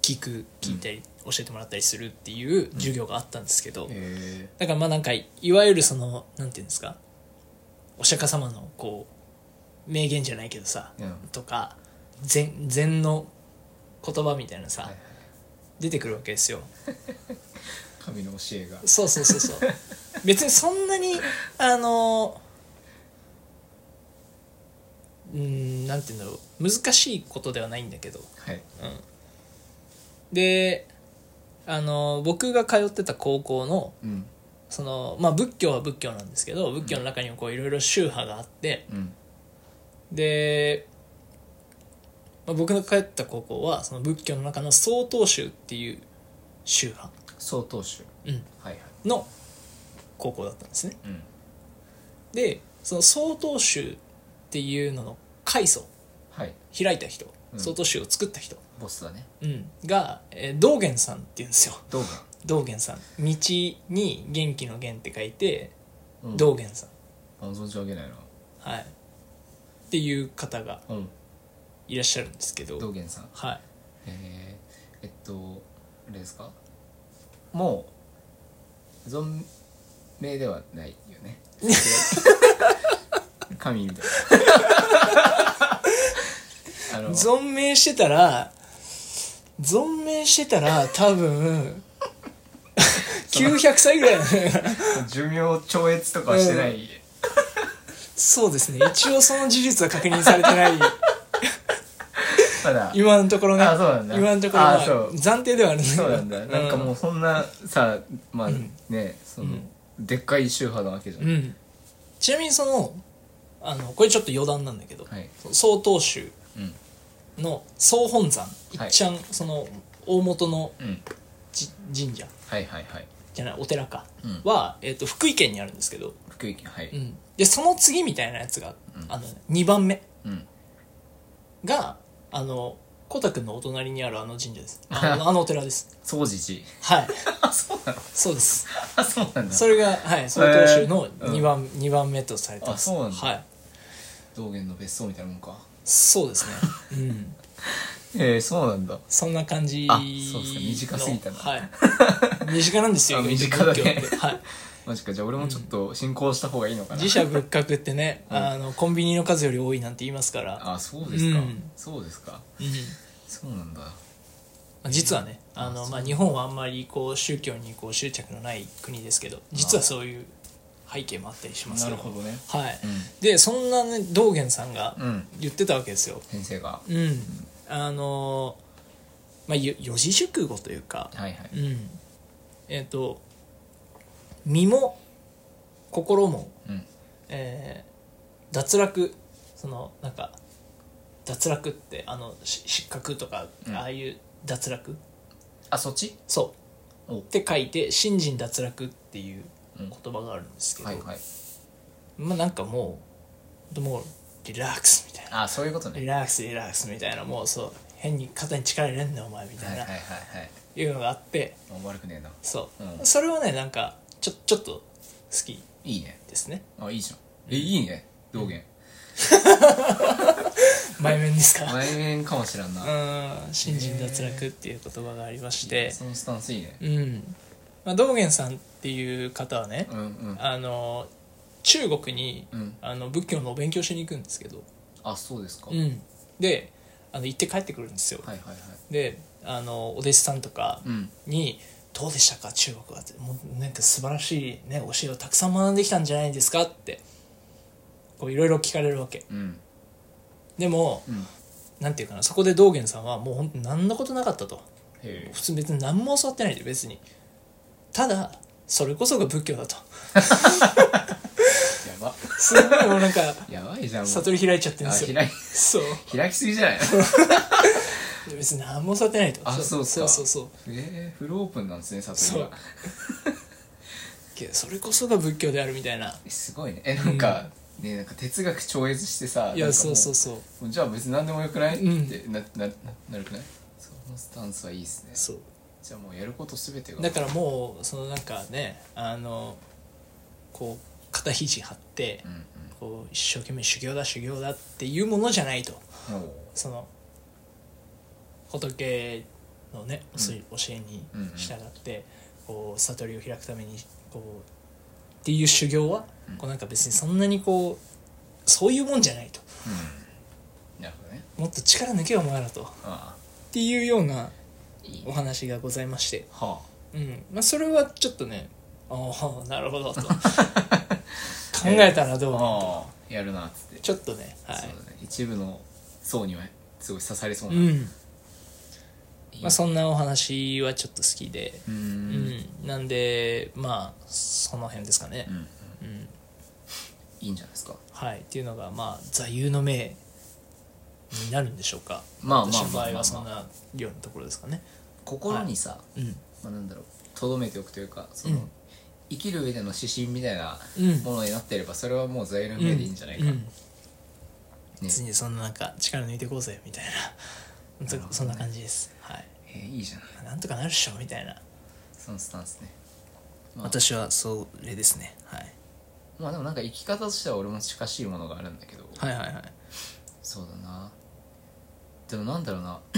[SPEAKER 3] 聞く聞いたり、教えてもらったりするっていう授業があったんですけど、
[SPEAKER 2] え
[SPEAKER 3] だからまあなんかいわゆるそのなんていうんですかお釈迦様のこう名言じゃないけどさ、
[SPEAKER 2] うん
[SPEAKER 3] とか禅禅の言葉みたいなさ、
[SPEAKER 2] はいはい
[SPEAKER 3] 出てくるわけですよ。
[SPEAKER 2] ー、神の教えが
[SPEAKER 3] そうそうそ うそう別にそんなにあのうーんなんて言うんだろう難しいことではないんだけど
[SPEAKER 2] はい
[SPEAKER 3] であの僕が通ってた高校の
[SPEAKER 2] うん
[SPEAKER 3] その、まあ、仏教は仏教なんですけど仏教の中にもこういろいろ宗派があって
[SPEAKER 2] うん
[SPEAKER 3] で、まあ、僕の通ってた高校はその仏教の中の曹洞宗っていう宗派、
[SPEAKER 2] 曹洞宗
[SPEAKER 3] うん
[SPEAKER 2] はいはい
[SPEAKER 3] の高校だったんですね
[SPEAKER 2] うん
[SPEAKER 3] でその曹洞宗っていうのの開祖
[SPEAKER 2] はい
[SPEAKER 3] 開いた人
[SPEAKER 2] うん
[SPEAKER 3] 曹洞宗を作った人、
[SPEAKER 2] ボスだね
[SPEAKER 3] うんが、えー道元さんって言うんですよ
[SPEAKER 2] 道
[SPEAKER 3] 道元さん道に元気の元って書いて
[SPEAKER 2] 元、うん、
[SPEAKER 3] 道元さん、
[SPEAKER 2] あ存じ上げないな
[SPEAKER 3] はいっていう方が
[SPEAKER 2] うん
[SPEAKER 3] いらっしゃるんですけど
[SPEAKER 2] 道元さん
[SPEAKER 3] はい
[SPEAKER 2] えー、えっとあれですかもう存命ではないよ ね神みたい なあの
[SPEAKER 3] 存命してたら存命してたら 多分900歳ぐらいなのよ
[SPEAKER 2] 寿命超越とかはしてない、
[SPEAKER 3] そうですね一応その事実は確認され てない
[SPEAKER 2] まだ
[SPEAKER 3] 今のところね
[SPEAKER 2] あそうなんだ
[SPEAKER 3] 今のところ
[SPEAKER 2] あそ
[SPEAKER 3] は
[SPEAKER 2] う
[SPEAKER 3] 暫定ではあるんだけど
[SPEAKER 2] そうなんだなんかもうそんなさまあねその、でっかい宗派なわけじゃん、
[SPEAKER 3] うん、うんちなみにそのあのこれちょっと余談なんだけど、
[SPEAKER 2] はい
[SPEAKER 3] 曹洞宗
[SPEAKER 2] うん
[SPEAKER 3] の総本山い
[SPEAKER 2] はい
[SPEAKER 3] っちゃん、その大元の
[SPEAKER 2] うん
[SPEAKER 3] じ神社
[SPEAKER 2] はいはいはい
[SPEAKER 3] じゃないお寺か、
[SPEAKER 2] うん
[SPEAKER 3] は、えっと福井県にあるんですけど、
[SPEAKER 2] 福井県はい
[SPEAKER 3] うん、でその次みたいなやつが、
[SPEAKER 2] うん
[SPEAKER 3] あの2番目
[SPEAKER 2] うん
[SPEAKER 3] があのコタくんのお隣にあるあの神社です あのあのお寺です
[SPEAKER 2] 総持寺
[SPEAKER 3] はい
[SPEAKER 2] あそう なの
[SPEAKER 3] そうです
[SPEAKER 2] あそうなんだ
[SPEAKER 3] それが、はい、曹洞宗の2番,、二番目とされてます。
[SPEAKER 2] あそうなんだ
[SPEAKER 3] はい、
[SPEAKER 2] 道元の別荘みたいなもんか
[SPEAKER 3] そうですね。うん、
[SPEAKER 2] えー、そうなんだ
[SPEAKER 3] そんな感じ
[SPEAKER 2] あそうですか短すぎたな
[SPEAKER 3] はい、身近なんですよ、
[SPEAKER 2] あ
[SPEAKER 3] 意外
[SPEAKER 2] 身
[SPEAKER 3] と
[SPEAKER 2] 近だね
[SPEAKER 3] 仏教ってはい、
[SPEAKER 2] マジかじゃあ俺もちょっと進行した方がいいのかな、
[SPEAKER 3] 自社仏閣ってね、
[SPEAKER 2] うん
[SPEAKER 3] あのコンビニの数より多いなんて言いますから、
[SPEAKER 2] あそうですか、
[SPEAKER 3] うん
[SPEAKER 2] そうですか
[SPEAKER 3] うんま
[SPEAKER 2] そうなんだ
[SPEAKER 3] あ実はね、あ
[SPEAKER 2] あ
[SPEAKER 3] の
[SPEAKER 2] そう
[SPEAKER 3] まあ、日本はあんまりこう宗教にこう執着のない国ですけど、実はそういう背景もあったりします
[SPEAKER 2] な
[SPEAKER 3] よ
[SPEAKER 2] るほどね
[SPEAKER 3] はい
[SPEAKER 2] うん
[SPEAKER 3] でそんな、ね、道元さんが
[SPEAKER 2] うん
[SPEAKER 3] 言ってたわけですよ。
[SPEAKER 2] 先生が
[SPEAKER 3] うん、あのーまあよ四字熟語というか、
[SPEAKER 2] はいはい
[SPEAKER 3] うん、えっ、と身も心も、
[SPEAKER 2] うん
[SPEAKER 3] えー脱落そのなんか脱落ってあのし失格とか、
[SPEAKER 2] うん
[SPEAKER 3] ああいう脱落
[SPEAKER 2] あそっち
[SPEAKER 3] そ
[SPEAKER 2] お
[SPEAKER 3] うって書いて「信心脱落」っていう
[SPEAKER 2] うん
[SPEAKER 3] 言葉があるんですけど、
[SPEAKER 2] はいはい
[SPEAKER 3] まあなんかもうもうリラックスみたいな。
[SPEAKER 2] あそういうこと
[SPEAKER 3] リ
[SPEAKER 2] ね
[SPEAKER 3] ラックスリラックスみたいなもうそう変に肩に力入れんなお前みた
[SPEAKER 2] はいい
[SPEAKER 3] な、
[SPEAKER 2] はいはい
[SPEAKER 3] いうのがあって
[SPEAKER 2] はいあ悪くねえな
[SPEAKER 3] そう、
[SPEAKER 2] うん
[SPEAKER 3] それはねなんかちょちょっと好き
[SPEAKER 2] いいね
[SPEAKER 3] です ね
[SPEAKER 2] あいいじゃんえいいね道元
[SPEAKER 3] 前面ですか
[SPEAKER 2] 内面かもしらんな、
[SPEAKER 3] うん新人脱落っていう言葉がありまして
[SPEAKER 2] そのスタンスいいね
[SPEAKER 3] うん、まあ、道元さんっていう方はね
[SPEAKER 2] う、んうん
[SPEAKER 3] あの中国に、
[SPEAKER 2] うん
[SPEAKER 3] あの仏教のお勉強しに行くんですけど、
[SPEAKER 2] あそうですか、
[SPEAKER 3] う
[SPEAKER 2] はい
[SPEAKER 3] ん、であの行って帰ってくるんですよ、
[SPEAKER 2] はいはい
[SPEAKER 3] であのお弟子さんとか
[SPEAKER 2] うん
[SPEAKER 3] に「どうでしたか中国は」ってもうなんか素晴らしい、ね、教えをたくさん学んできたんじゃないですかってこういろいろ聞かれるわけ
[SPEAKER 2] うん
[SPEAKER 3] でも
[SPEAKER 2] うん
[SPEAKER 3] なんていうかなそこで道元さんはもう本当に何のことなかったと
[SPEAKER 2] へえ
[SPEAKER 3] 普通別に何も教わってないで別にただそれこそが仏教だと
[SPEAKER 2] やば
[SPEAKER 3] すごいもうなんか
[SPEAKER 2] やばいじゃんもう
[SPEAKER 3] 悟り開いちゃってるん
[SPEAKER 2] あ
[SPEAKER 3] ですよ
[SPEAKER 2] 開き
[SPEAKER 3] そう
[SPEAKER 2] 開きすぎじゃない
[SPEAKER 3] で別に何も教わってないと
[SPEAKER 2] あそうか
[SPEAKER 3] そうそうそう
[SPEAKER 2] えー、フルオープンなんですね悟りは
[SPEAKER 3] けどそれこそが仏教であるみたいな
[SPEAKER 2] えすごいねえなんか、ねなんか哲学超越してさ
[SPEAKER 3] い
[SPEAKER 2] な
[SPEAKER 3] や
[SPEAKER 2] んか
[SPEAKER 3] そ
[SPEAKER 2] も
[SPEAKER 3] うそうそう
[SPEAKER 2] もうじゃあ別に何でもよくない、
[SPEAKER 3] うん
[SPEAKER 2] ってななななるくないそのスタンスはいいっすね
[SPEAKER 3] そう
[SPEAKER 2] じゃあもうやることすべてが
[SPEAKER 3] だからもうそのなんかねあのこう肩肘張って
[SPEAKER 2] うん
[SPEAKER 3] こう一生懸命修行だ修行だっていうものじゃないと
[SPEAKER 2] うんも
[SPEAKER 3] その仏のね
[SPEAKER 2] ん
[SPEAKER 3] そういう教えに
[SPEAKER 2] うんうん
[SPEAKER 3] 従ってこう悟りを開くためにこうっていう修行は
[SPEAKER 2] うん
[SPEAKER 3] こうなんか別にそんなにこうそういうもんじゃないと
[SPEAKER 2] ううんなるほどね
[SPEAKER 3] もっと力抜けよお前らとっ
[SPEAKER 2] あ
[SPEAKER 3] ていうような
[SPEAKER 2] あいい
[SPEAKER 3] お話がございまして
[SPEAKER 2] は
[SPEAKER 3] うんまあ、それはちょっとねああなるほどと 考えたら
[SPEAKER 2] あ
[SPEAKER 3] どう、
[SPEAKER 2] ああやるなっつって
[SPEAKER 3] ちょっとねは
[SPEAKER 2] そう
[SPEAKER 3] い
[SPEAKER 2] だね一部の層にはすごい刺されそう
[SPEAKER 3] う
[SPEAKER 2] な、い
[SPEAKER 3] ん、
[SPEAKER 2] い
[SPEAKER 3] まあ、そんなお話はちょっと好きで、
[SPEAKER 2] うーん
[SPEAKER 3] うんなんでまあその辺ですかね
[SPEAKER 2] う、ん
[SPEAKER 3] うん
[SPEAKER 2] いいんじゃないですか
[SPEAKER 3] はいっていうのがまあ座右の銘になるんでしょうか
[SPEAKER 2] まあまあまあ
[SPEAKER 3] 私の場合
[SPEAKER 2] まあ
[SPEAKER 3] はそんなようなところですかね
[SPEAKER 2] 心にさ、
[SPEAKER 3] うん
[SPEAKER 2] まあ、なんだろうとどめておくというかその、
[SPEAKER 3] うん
[SPEAKER 2] 生きる上での指針みたいな
[SPEAKER 3] うん
[SPEAKER 2] ものになってればそれはもう材料名でいいんじゃないか、
[SPEAKER 3] う
[SPEAKER 2] な。
[SPEAKER 3] ん別にそんななんか力抜いていこうぜみたいなそそんな感じですはい
[SPEAKER 2] えーいいじゃない
[SPEAKER 3] なんとかなるっしょみたいな
[SPEAKER 2] そのスタンスねまあ
[SPEAKER 3] 私はそれですね、はい、
[SPEAKER 2] まあでもなんか生き方としては俺も近しいものがあるんだけど、
[SPEAKER 3] はいはいはい
[SPEAKER 2] そうだなでもなんだろうな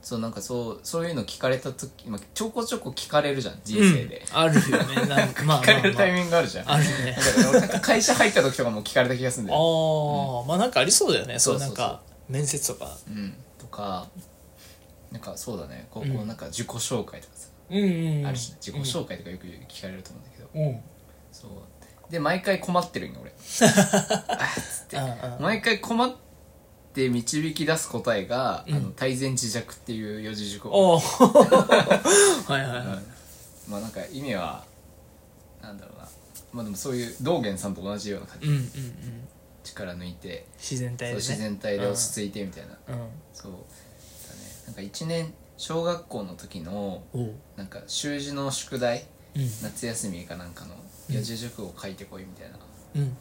[SPEAKER 2] そうなんかそうそういうの聞かれた時、まあ、ちょこちょこ聞かれるじゃん人生で、
[SPEAKER 3] うんあるよねな んかまあまあ、まあ、
[SPEAKER 2] 聞かれるタイミングがあるじゃん、
[SPEAKER 3] ある ね
[SPEAKER 2] だから俺なんか会社入った時とかも聞かれた気がするん
[SPEAKER 3] あ
[SPEAKER 2] だよ、
[SPEAKER 3] あ、まあなんかありそうだよね
[SPEAKER 2] そ
[SPEAKER 3] そうう
[SPEAKER 2] そ
[SPEAKER 3] な
[SPEAKER 2] うんそう
[SPEAKER 3] か面接とか
[SPEAKER 2] うん、とかなんかそうだねこう
[SPEAKER 3] うん
[SPEAKER 2] こうなんか自己紹介とかさ、
[SPEAKER 3] うんうん
[SPEAKER 2] あるし自己紹介とかよく聞かれると思うんだけど、
[SPEAKER 3] うんうん
[SPEAKER 2] そうで毎回困ってるんよ俺あっつって
[SPEAKER 3] うんうん
[SPEAKER 2] 毎回困って導き出す答えが、
[SPEAKER 3] うん
[SPEAKER 2] あの泰然自弱っていう四字熟語
[SPEAKER 3] おーはいはいはい、
[SPEAKER 2] まあなんか意味はなんだろうなまあでもそういう道元さんと同じような感じ、
[SPEAKER 3] うんうんうん
[SPEAKER 2] 力抜いて、
[SPEAKER 3] 自然体
[SPEAKER 2] そう
[SPEAKER 3] でね
[SPEAKER 2] 自然体で落ち着いてみたいな、
[SPEAKER 3] うん、うん
[SPEAKER 2] そうだねなんか一年小学校の時の
[SPEAKER 3] おう
[SPEAKER 2] なんか習字の宿題
[SPEAKER 3] うん
[SPEAKER 2] 夏休みかなんかの四字熟語を書いてこいみたいな、
[SPEAKER 3] うん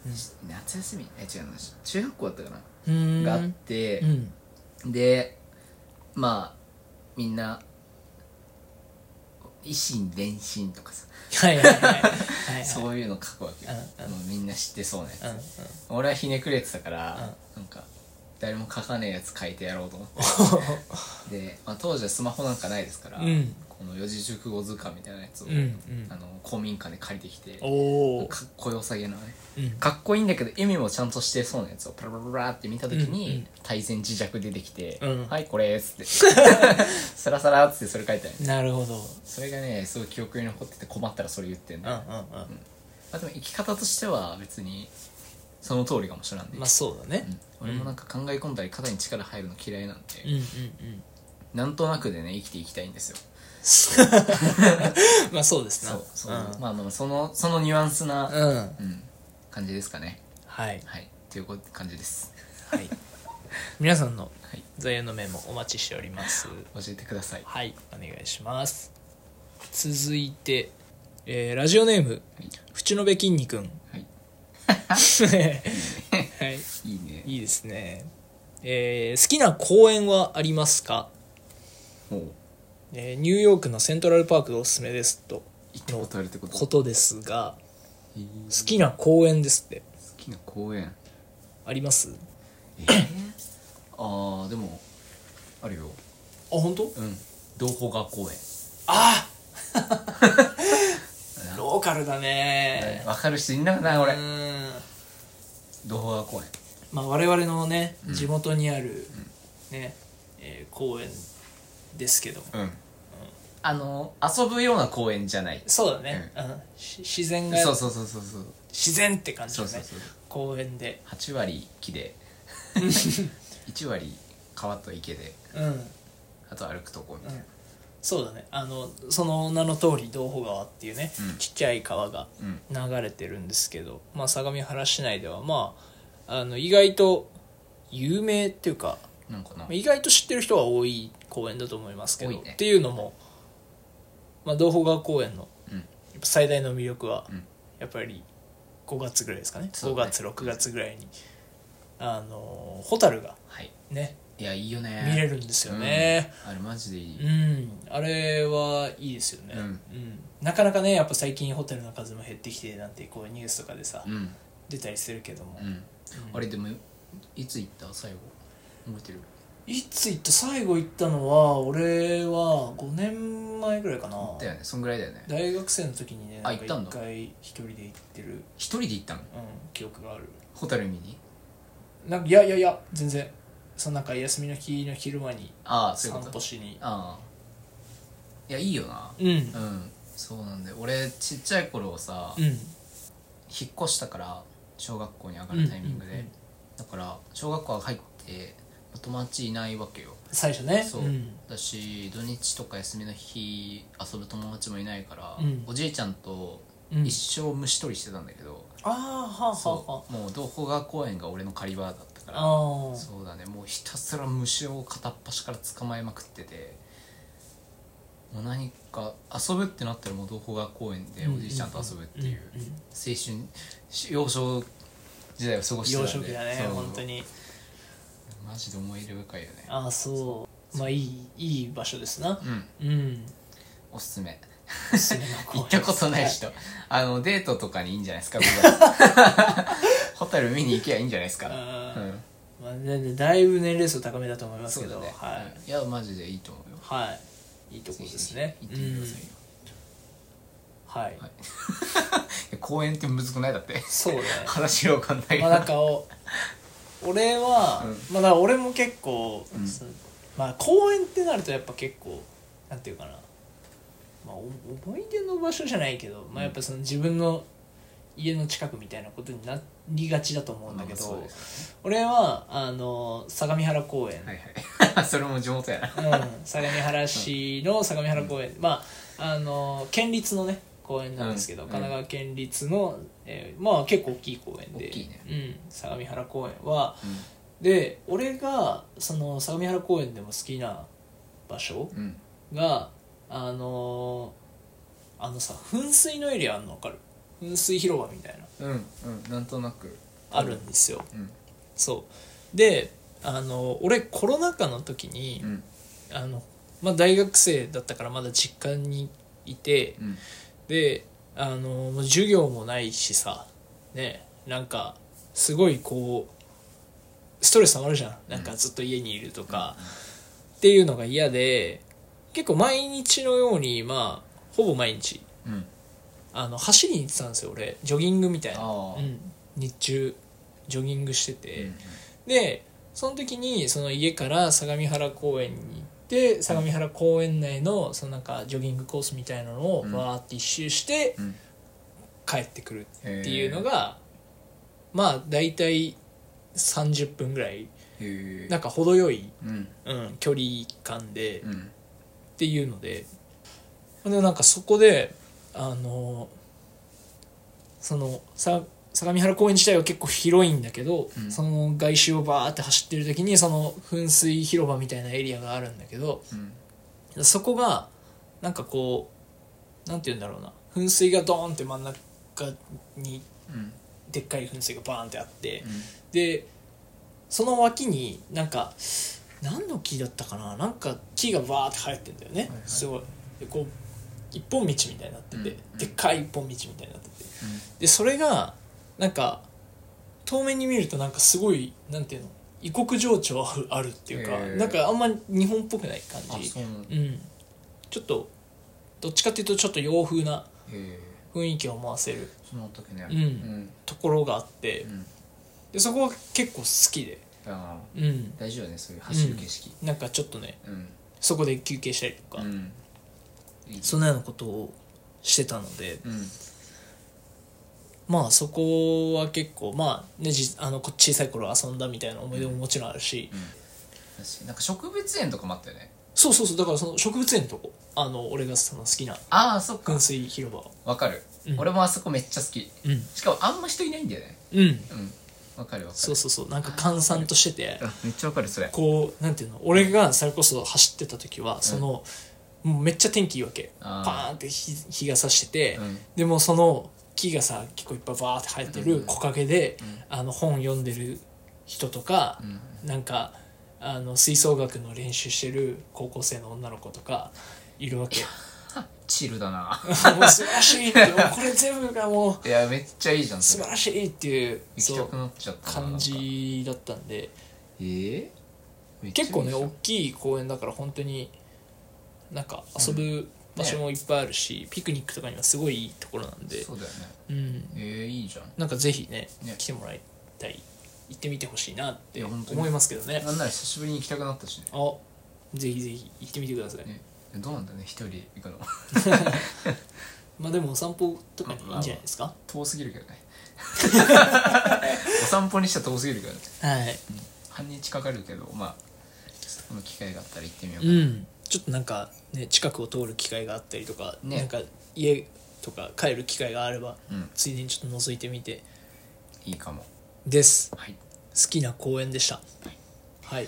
[SPEAKER 2] 夏休みえ違うな中学校だったかな、
[SPEAKER 3] うん
[SPEAKER 2] があって
[SPEAKER 3] う、ん
[SPEAKER 2] でまあみんな維新伝心とかさ、
[SPEAKER 3] はいはいはいはいはい
[SPEAKER 2] そういうの書くわけよ、
[SPEAKER 3] うんうん
[SPEAKER 2] もうみんな知ってそうなやつ、
[SPEAKER 3] うんうん
[SPEAKER 2] 俺はひねくれてたから、なんか誰も書かねえやつ書いてやろうと思ってで、まあ、当時はスマホなんかないですから、
[SPEAKER 3] うん
[SPEAKER 2] この四字熟語図鑑みたいなやつを、
[SPEAKER 3] うんうん
[SPEAKER 2] あの公民館で借りてきて
[SPEAKER 3] お
[SPEAKER 2] か
[SPEAKER 3] お
[SPEAKER 2] っこよさげなね
[SPEAKER 3] うん
[SPEAKER 2] かっこいいんだけど意味もちゃんとしてそうなやつをパラパラパラって見た時に、
[SPEAKER 3] うんうん
[SPEAKER 2] 対戦自弱出てきて「
[SPEAKER 3] うん
[SPEAKER 2] はいこれ」っつ って「サラサラ」っつってそれ書いてある
[SPEAKER 3] なるほど
[SPEAKER 2] それがねすごい記憶に残ってて困ったらそれ言ってん
[SPEAKER 3] うんうん
[SPEAKER 2] だ、
[SPEAKER 3] うん
[SPEAKER 2] あでも生き方としては別にその通りかもしれない、
[SPEAKER 3] まあそうだね。
[SPEAKER 2] うん、俺もなんか考え込んだり肩に力入るの嫌いなんで、
[SPEAKER 3] うんうんうん。
[SPEAKER 2] なんとなくでね生きていきたいんですよ
[SPEAKER 3] まあそうですな。
[SPEAKER 2] そうそう、
[SPEAKER 3] ん
[SPEAKER 2] まあまあそのそのニュアンスな、
[SPEAKER 3] うん。
[SPEAKER 2] うん感じですかね
[SPEAKER 3] はい。
[SPEAKER 2] はいというこ感じです
[SPEAKER 3] はい。皆さんの
[SPEAKER 2] はい
[SPEAKER 3] 座右の銘もお待ちしております。
[SPEAKER 2] 教えてください
[SPEAKER 3] はい、お願いします。続いて、えーラジオネーム、
[SPEAKER 2] はい
[SPEAKER 3] 淵野辺筋肉くん。
[SPEAKER 2] はい
[SPEAKER 3] はい。
[SPEAKER 2] いいね。
[SPEAKER 3] いいですね。えー好きな公園はありますか、
[SPEAKER 2] もう、
[SPEAKER 3] えーニューヨークのセントラルパークがおすすめですと。
[SPEAKER 2] 行ったことあるってこと
[SPEAKER 3] ことですが、
[SPEAKER 2] えー
[SPEAKER 3] 好きな公園ですって。
[SPEAKER 2] 好きな公園。
[SPEAKER 3] あります
[SPEAKER 2] えー、あー、でも、あるよ。
[SPEAKER 3] あ、本当？
[SPEAKER 2] うん。同胞が公園。
[SPEAKER 3] あ ローカルだね
[SPEAKER 2] わかる人いんなかな、
[SPEAKER 3] う
[SPEAKER 2] 俺。
[SPEAKER 3] ん
[SPEAKER 2] 同胞が公園。
[SPEAKER 3] まあ我々のね地元にあるね、えー公園ですけど
[SPEAKER 2] うん。あの、遊ぶような公園じゃない。
[SPEAKER 3] そうだね、うんし自然が
[SPEAKER 2] そうそうそうそうそう。
[SPEAKER 3] 自然って感じだね
[SPEAKER 2] そうそうそう
[SPEAKER 3] 公園で
[SPEAKER 2] 8割木で、1割川と池で、
[SPEAKER 3] うん、うん、
[SPEAKER 2] あと歩くとこみたいな。
[SPEAKER 3] そうだねあのその名の通り道保川っていうね、
[SPEAKER 2] うん
[SPEAKER 3] ちっちゃい川が
[SPEAKER 2] うん。
[SPEAKER 3] 流れてるんですけど、まあ、相模原市内ではまああの意外と有名っていうか
[SPEAKER 2] なんかな。
[SPEAKER 3] 意外と知ってる人は多い公園だと思いますけど、
[SPEAKER 2] 多いね
[SPEAKER 3] っていうのも、まあ、同胞川公園の
[SPEAKER 2] うん。
[SPEAKER 3] やっぱ最大の魅力は
[SPEAKER 2] うん
[SPEAKER 3] やっぱり5月ぐらいですかね
[SPEAKER 2] そう
[SPEAKER 3] 5
[SPEAKER 2] ね
[SPEAKER 3] 月6月ぐらいにあのホタルが
[SPEAKER 2] はい。
[SPEAKER 3] ね
[SPEAKER 2] いやいいよね
[SPEAKER 3] 見れるんですよね、
[SPEAKER 2] あれマジでいい、
[SPEAKER 3] うんあれはいいですよね、
[SPEAKER 2] うん
[SPEAKER 3] なかなかねやっぱ最近ホテルの数も減ってきてなんてこうニュースとかでさ、
[SPEAKER 2] うん
[SPEAKER 3] 出たりするけども、
[SPEAKER 2] うん、あれでもいつ行った最後覚えてる
[SPEAKER 3] いつ行った最後行ったのは俺は5年前ぐらいかな
[SPEAKER 2] だよねそんぐらいだよね
[SPEAKER 3] 大学生の時にね
[SPEAKER 2] あ
[SPEAKER 3] なん
[SPEAKER 2] 行
[SPEAKER 3] か
[SPEAKER 2] ったんだ
[SPEAKER 3] 一回一人で行ってる、うん、
[SPEAKER 2] 一人で行ったの
[SPEAKER 3] 記憶がある
[SPEAKER 2] ホタル見に
[SPEAKER 3] なんかいやいやいや全然そのなんか休みの日の昼間に
[SPEAKER 2] ああそういう
[SPEAKER 3] 散
[SPEAKER 2] こと
[SPEAKER 3] 歩しに
[SPEAKER 2] ああいやいいよな
[SPEAKER 3] うんうん
[SPEAKER 2] うんそうなんだよ俺ちっちゃい頃さ、引っ越したから小学校に上がるタイミングで、
[SPEAKER 3] うんうんうん
[SPEAKER 2] だから小学校入って友達いないわけよ
[SPEAKER 3] 最初ね
[SPEAKER 2] そう、
[SPEAKER 3] ん、
[SPEAKER 2] だし土日とか休みの日遊ぶ友達もいないから、
[SPEAKER 3] うん
[SPEAKER 2] おじいちゃんと
[SPEAKER 3] うん
[SPEAKER 2] 一生虫取りしてたんだけど、
[SPEAKER 3] ああはあはあは
[SPEAKER 2] そうもう道法川公園が俺の狩り場だったから
[SPEAKER 3] ああー
[SPEAKER 2] そうだねもうひたすら虫を片っ端から捕まえまくっててもう何か遊ぶってなったらもう道法川公園でおじいちゃんと遊ぶっていう
[SPEAKER 3] うんうんうんうん
[SPEAKER 2] 青春幼少時代を過ごして
[SPEAKER 3] 幼
[SPEAKER 2] た
[SPEAKER 3] 少
[SPEAKER 2] んで
[SPEAKER 3] 期だね
[SPEAKER 2] そう
[SPEAKER 3] 本当に
[SPEAKER 2] マジで思い出深いよね
[SPEAKER 3] ああそうまあいいいい場所で すな
[SPEAKER 2] うん
[SPEAKER 3] うん
[SPEAKER 2] おすすめ
[SPEAKER 3] おすすめの
[SPEAKER 2] 行
[SPEAKER 3] 公園
[SPEAKER 2] ったことない人あのデートとかにいいんじゃないですか僕は ホタル見に行けばいいんじゃないですか
[SPEAKER 3] う
[SPEAKER 2] うんん
[SPEAKER 3] まあ、ねだいぶ年齢層高めだと思います
[SPEAKER 2] そ
[SPEAKER 3] け
[SPEAKER 2] うだ
[SPEAKER 3] ど、
[SPEAKER 2] ね
[SPEAKER 3] はい、
[SPEAKER 2] いやマジでいいと思うよ
[SPEAKER 3] はいいいとこですね
[SPEAKER 2] ぜひぜひ行ってみてくださいよ
[SPEAKER 3] うんはい、
[SPEAKER 2] はいいや公園ってむずくないだって
[SPEAKER 3] そうね
[SPEAKER 2] 話が分かんないけど
[SPEAKER 3] まあなんかお俺は、
[SPEAKER 2] う
[SPEAKER 3] まあだから俺も結構、
[SPEAKER 2] うん
[SPEAKER 3] そのまあ公園ってなるとやっぱ結構なんていうかな、まあ、お思い出の場所じゃないけど、まあやっぱその自分の家の近くみたいなことになりがちだと思うんだけど、
[SPEAKER 2] まあまあそうです
[SPEAKER 3] 俺はあの相模原公園、
[SPEAKER 2] よねはいはい それも地元やな
[SPEAKER 3] うん、相模原市の相模原公園、まああの県立のね公園なんですけど、
[SPEAKER 2] うん
[SPEAKER 3] 神奈川県立の、えーまあ結構大きい公園で
[SPEAKER 2] 大きいね
[SPEAKER 3] うん、相模原公園は
[SPEAKER 2] う
[SPEAKER 3] で俺がその相模原公園でも好きな場所
[SPEAKER 2] んうん
[SPEAKER 3] があのーあのさ噴水のエリアあるの分かる噴水広場みたいな
[SPEAKER 2] うんうんなんとなく
[SPEAKER 3] あるんですよ、
[SPEAKER 2] うん
[SPEAKER 3] そうであの俺コロナ禍の時に、
[SPEAKER 2] うん
[SPEAKER 3] あの、まあ、大学生だったからまだ実家にいて
[SPEAKER 2] うん
[SPEAKER 3] であのもう授業もないしさねなんかすごいこうストレス溜まるじゃんなんかずっと家にいるとか、っていうのが嫌で結構毎日のようにまあほぼ毎日
[SPEAKER 2] うん
[SPEAKER 3] あの走りに行ってたんですよ俺ジョギングみたいな、
[SPEAKER 2] あ
[SPEAKER 3] う
[SPEAKER 2] あ
[SPEAKER 3] ん、日中ジョギングしてて。
[SPEAKER 2] うん
[SPEAKER 3] でその時にその家から相模原公園に行って相模原公園内のそのなんかジョギングコースみたいなのを
[SPEAKER 2] うん
[SPEAKER 3] わーって一周して
[SPEAKER 2] うん
[SPEAKER 3] 帰ってくる
[SPEAKER 2] へー
[SPEAKER 3] っていうのが、まあ大体30分ぐらい
[SPEAKER 2] へ
[SPEAKER 3] なん
[SPEAKER 2] え
[SPEAKER 3] か程よい、
[SPEAKER 2] うん
[SPEAKER 3] うん、距離感で
[SPEAKER 2] う
[SPEAKER 3] っ
[SPEAKER 2] ん
[SPEAKER 3] ていうのででなんかそこであのそのさ相模原公園自体は結構広いんだけど、
[SPEAKER 2] うん
[SPEAKER 3] その外周をバーって走ってる時にその噴水広場みたいなエリアがあるんだけど
[SPEAKER 2] うん
[SPEAKER 3] そこがなんかこうなんて言うんだろうな噴水がドーンって真ん中に
[SPEAKER 2] うん
[SPEAKER 3] でっかい噴水がバーンってあって、
[SPEAKER 2] うん
[SPEAKER 3] でその脇になんか何の木だったかななんか木がバーって生えてんだよね、
[SPEAKER 2] はいはい
[SPEAKER 3] すごいでこう一本道みたいになってて、
[SPEAKER 2] うんうん
[SPEAKER 3] でっかい一本道みたいになっててでそれがなんか遠目に見るとなんかすごいなんていうの異国情緒あるっていうか、
[SPEAKER 2] へー
[SPEAKER 3] なんかあんま日本っぽくない感
[SPEAKER 2] あ
[SPEAKER 3] じ
[SPEAKER 2] そうなんだ
[SPEAKER 3] うんちょっとどっちかっていうとちょっと洋風な
[SPEAKER 2] へえ
[SPEAKER 3] 雰囲気を思わせる
[SPEAKER 2] そうなんだったっけね
[SPEAKER 3] うんところがあって
[SPEAKER 2] うんうん
[SPEAKER 3] でそこが結構好きで
[SPEAKER 2] あ
[SPEAKER 3] うん
[SPEAKER 2] ー大事よねそういう走る景色
[SPEAKER 3] なんかちょっとね
[SPEAKER 2] うん
[SPEAKER 3] そこで休憩したりと
[SPEAKER 2] う
[SPEAKER 3] か、
[SPEAKER 2] んいい
[SPEAKER 3] そんなようなことをしてたので
[SPEAKER 2] うん
[SPEAKER 3] まあそこは結構まあ,、ね、じあのこ小さい頃遊んだみたいな思い出ももちろんあるし、
[SPEAKER 2] だしなんか植物園とかもあったよね
[SPEAKER 3] そうそうそうだからその植物園のとこあの俺がその好きな
[SPEAKER 2] ああそっか
[SPEAKER 3] 噴水広場
[SPEAKER 2] わかる、
[SPEAKER 3] うん
[SPEAKER 2] 俺もあそこめっちゃ好き
[SPEAKER 3] うん
[SPEAKER 2] しかもあんま人いないんだよね
[SPEAKER 3] うん
[SPEAKER 2] うんわかるわかる
[SPEAKER 3] そうそうそうなんか閑散としてて
[SPEAKER 2] あめっちゃわかるそれ
[SPEAKER 3] こうなんていうの俺がそれこそ走ってた時はその、もうめっちゃ天気いいわけパ
[SPEAKER 2] あー
[SPEAKER 3] ーンって日日が差してて、
[SPEAKER 2] うん
[SPEAKER 3] でもその木がさ結構いっぱいバーって生えて
[SPEAKER 2] う
[SPEAKER 3] る
[SPEAKER 2] ん
[SPEAKER 3] 木陰で、あの本読んでる人とか、
[SPEAKER 2] うん
[SPEAKER 3] なんかあの吹奏楽の練習してる高校生の女の子とかいるわ け
[SPEAKER 2] チルだな
[SPEAKER 3] もう素晴らしいってもうこれ全部がもう
[SPEAKER 2] いやめっちゃいいじゃん
[SPEAKER 3] 素
[SPEAKER 2] そ
[SPEAKER 3] 晴
[SPEAKER 2] れ
[SPEAKER 3] らしいっていう
[SPEAKER 2] 行き
[SPEAKER 3] そ
[SPEAKER 2] た
[SPEAKER 3] う
[SPEAKER 2] くなっちゃったな
[SPEAKER 3] 感じだったんで
[SPEAKER 2] えーめっちゃいい
[SPEAKER 3] 結構ね
[SPEAKER 2] じゃん
[SPEAKER 3] 大きい公園だから本当になんか遊ぶ場所もいっぱいあるし、ピクニックとかにはすごいいいところなんで
[SPEAKER 2] そうだよね
[SPEAKER 3] うん
[SPEAKER 2] えー、いいじゃん
[SPEAKER 3] なんかぜひね
[SPEAKER 2] ね
[SPEAKER 3] 来てもらいたい行ってみてほしいなって
[SPEAKER 2] いや本当に
[SPEAKER 3] 思いますけどね
[SPEAKER 2] なんなら久しぶりに行きたくなったしね
[SPEAKER 3] あぜひぜひ行ってみてください、
[SPEAKER 2] ねどうなんだろうね一人で行くの
[SPEAKER 3] まあでもお散歩とかにいいんじゃないですか、
[SPEAKER 2] 遠すぎるけど ねお散歩にしては遠すぎるけどね
[SPEAKER 3] はい
[SPEAKER 2] 半日かかるけどまあちょっとこの機会があったら行ってみようか
[SPEAKER 3] う
[SPEAKER 2] な、
[SPEAKER 3] んちょっとなんかね近くを通る機会があったりとか、
[SPEAKER 2] ね
[SPEAKER 3] なんか家とか帰る機会があれば、
[SPEAKER 2] うん
[SPEAKER 3] ついでにちょっと覗いてみて
[SPEAKER 2] いいかも
[SPEAKER 3] です
[SPEAKER 2] はい
[SPEAKER 3] 好きな公園でしたはい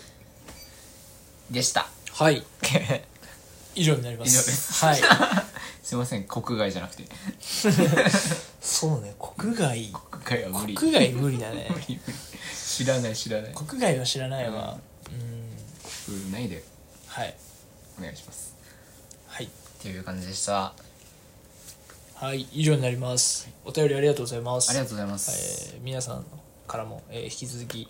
[SPEAKER 2] でした
[SPEAKER 3] はい以上になりま
[SPEAKER 2] 以上です
[SPEAKER 3] はい
[SPEAKER 2] すいません国外じゃなくて
[SPEAKER 3] そうね国外
[SPEAKER 2] 国外は無理
[SPEAKER 3] 国外無理だね
[SPEAKER 2] 無理無理知らない知らない
[SPEAKER 3] 国外は知らないわうん
[SPEAKER 2] 国内で
[SPEAKER 3] はい
[SPEAKER 2] お願いします
[SPEAKER 3] はい
[SPEAKER 2] っていう感じでしたあ
[SPEAKER 3] はい以上になりますお便りありがとうございます
[SPEAKER 2] りがとうございます、
[SPEAKER 3] えー皆さんからも、えー引き続き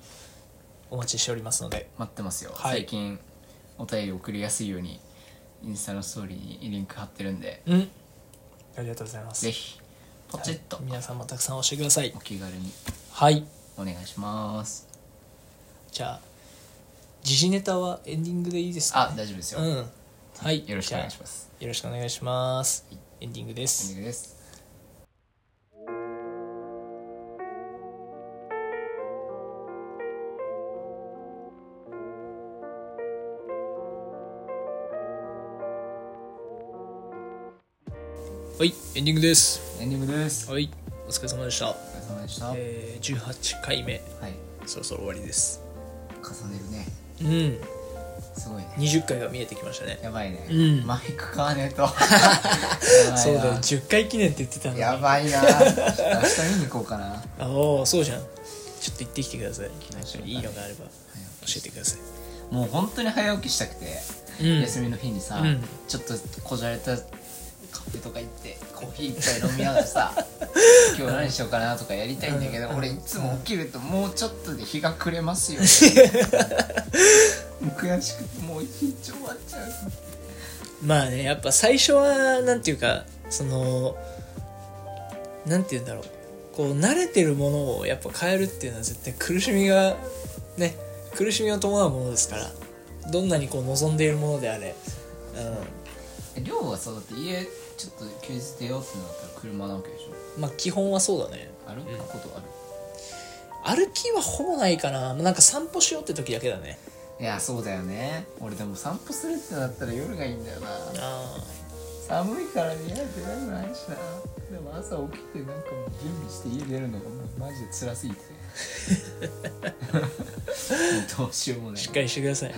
[SPEAKER 3] お待ちしておりますので
[SPEAKER 2] 待ってますよ、
[SPEAKER 3] はい
[SPEAKER 2] 最近お便り送りやすいようにインスタのストーリーにリンク貼ってるんで
[SPEAKER 3] うんありがとうございます
[SPEAKER 2] ぜひポチッと
[SPEAKER 3] はい皆さんもたくさん押してください
[SPEAKER 2] お気軽に
[SPEAKER 3] はい
[SPEAKER 2] お願いします
[SPEAKER 3] じゃあ時事ネタはエンディングでいいですか
[SPEAKER 2] あ大丈夫ですよ、
[SPEAKER 3] うんはい
[SPEAKER 2] よろしくお願いしますす
[SPEAKER 3] よろしくお願いしますエンディングで
[SPEAKER 2] エンディ
[SPEAKER 3] す
[SPEAKER 2] ングです
[SPEAKER 3] はいエンディングです
[SPEAKER 2] エンディングです
[SPEAKER 3] はいお疲れ様でした
[SPEAKER 2] お疲れ様でした、
[SPEAKER 3] えー、18回目
[SPEAKER 2] はい
[SPEAKER 3] そろそろ終わりです
[SPEAKER 2] 重ねるね
[SPEAKER 3] うん
[SPEAKER 2] すごいね
[SPEAKER 3] 20回が見えてきましたね
[SPEAKER 2] やばいね、
[SPEAKER 3] うん
[SPEAKER 2] マイク買わねえとやばいな
[SPEAKER 3] そうだよ10回記念って言ってたのに
[SPEAKER 2] や
[SPEAKER 3] あ
[SPEAKER 2] ばいな明日見に行こうかな、はい、
[SPEAKER 3] あそうじゃんちょっと行ってきてくださいなんかいいのがあれば教えてください
[SPEAKER 2] もう本当に早起きしたくて、
[SPEAKER 3] うん
[SPEAKER 2] 休みの日にさ、
[SPEAKER 3] うん
[SPEAKER 2] ちょっとこじゃれたカフェとか行ってコーヒー一杯飲みながら さ今日何しようかなとかやりたいんだけど、
[SPEAKER 3] うん
[SPEAKER 2] 俺いつも起きるともうちょっとで日が暮れますよ もう悔しくてもう一日終わっちゃう
[SPEAKER 3] まあねやっぱ最初はなんていうかそのなんて言うんだろうこう慣れてるものをやっぱ変えるっていうのは絶対苦しみがね苦しみを伴うものですからどんなにこう望んでいるものであれ、
[SPEAKER 2] 寮はさだって家ちょっと休日出ようってなったら車なわけでしょ
[SPEAKER 3] うん、まあ基本はそうだね
[SPEAKER 2] 歩くことある、
[SPEAKER 3] 歩きはほぼないかななんか散歩しようって時だけだね
[SPEAKER 2] いやそうだよね俺でも散歩するってなったら夜がいいんだよな
[SPEAKER 3] あ
[SPEAKER 2] 寒いから似合ってないのないしなでも朝起きてなんかもう準備して家出るのがもうマジで辛すぎて もうどうしようもな
[SPEAKER 3] あ
[SPEAKER 2] い
[SPEAKER 3] しっかりしてください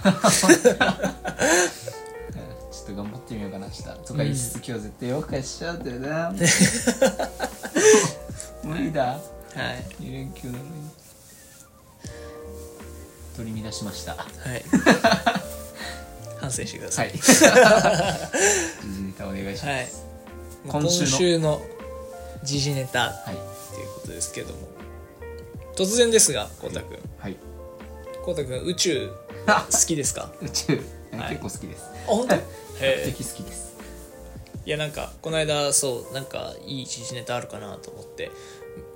[SPEAKER 2] ちょっと頑張ってみようかな明日とか言いつつ、今日絶対夜更かしちゃうんだよ な無理だ
[SPEAKER 3] はい
[SPEAKER 2] 2連休なのに取り乱しましたは
[SPEAKER 3] はい 反省してください、
[SPEAKER 2] い時事ネタお願いします、
[SPEAKER 3] はい、今
[SPEAKER 2] 今
[SPEAKER 3] 週
[SPEAKER 2] 週
[SPEAKER 3] の
[SPEAKER 2] の
[SPEAKER 3] 時事ネタ
[SPEAKER 2] はい
[SPEAKER 3] っていうことですけども突然ですがこうたくん
[SPEAKER 2] はい
[SPEAKER 3] こうたくん宇宙
[SPEAKER 2] あ
[SPEAKER 3] 好きですか
[SPEAKER 2] 宇宙、
[SPEAKER 3] はい
[SPEAKER 2] 結構好きです
[SPEAKER 3] あ本当
[SPEAKER 2] 比
[SPEAKER 3] へえ
[SPEAKER 2] 較的好きです
[SPEAKER 3] いやなんかこの間そうなんかいい時事ネタあるかなと思って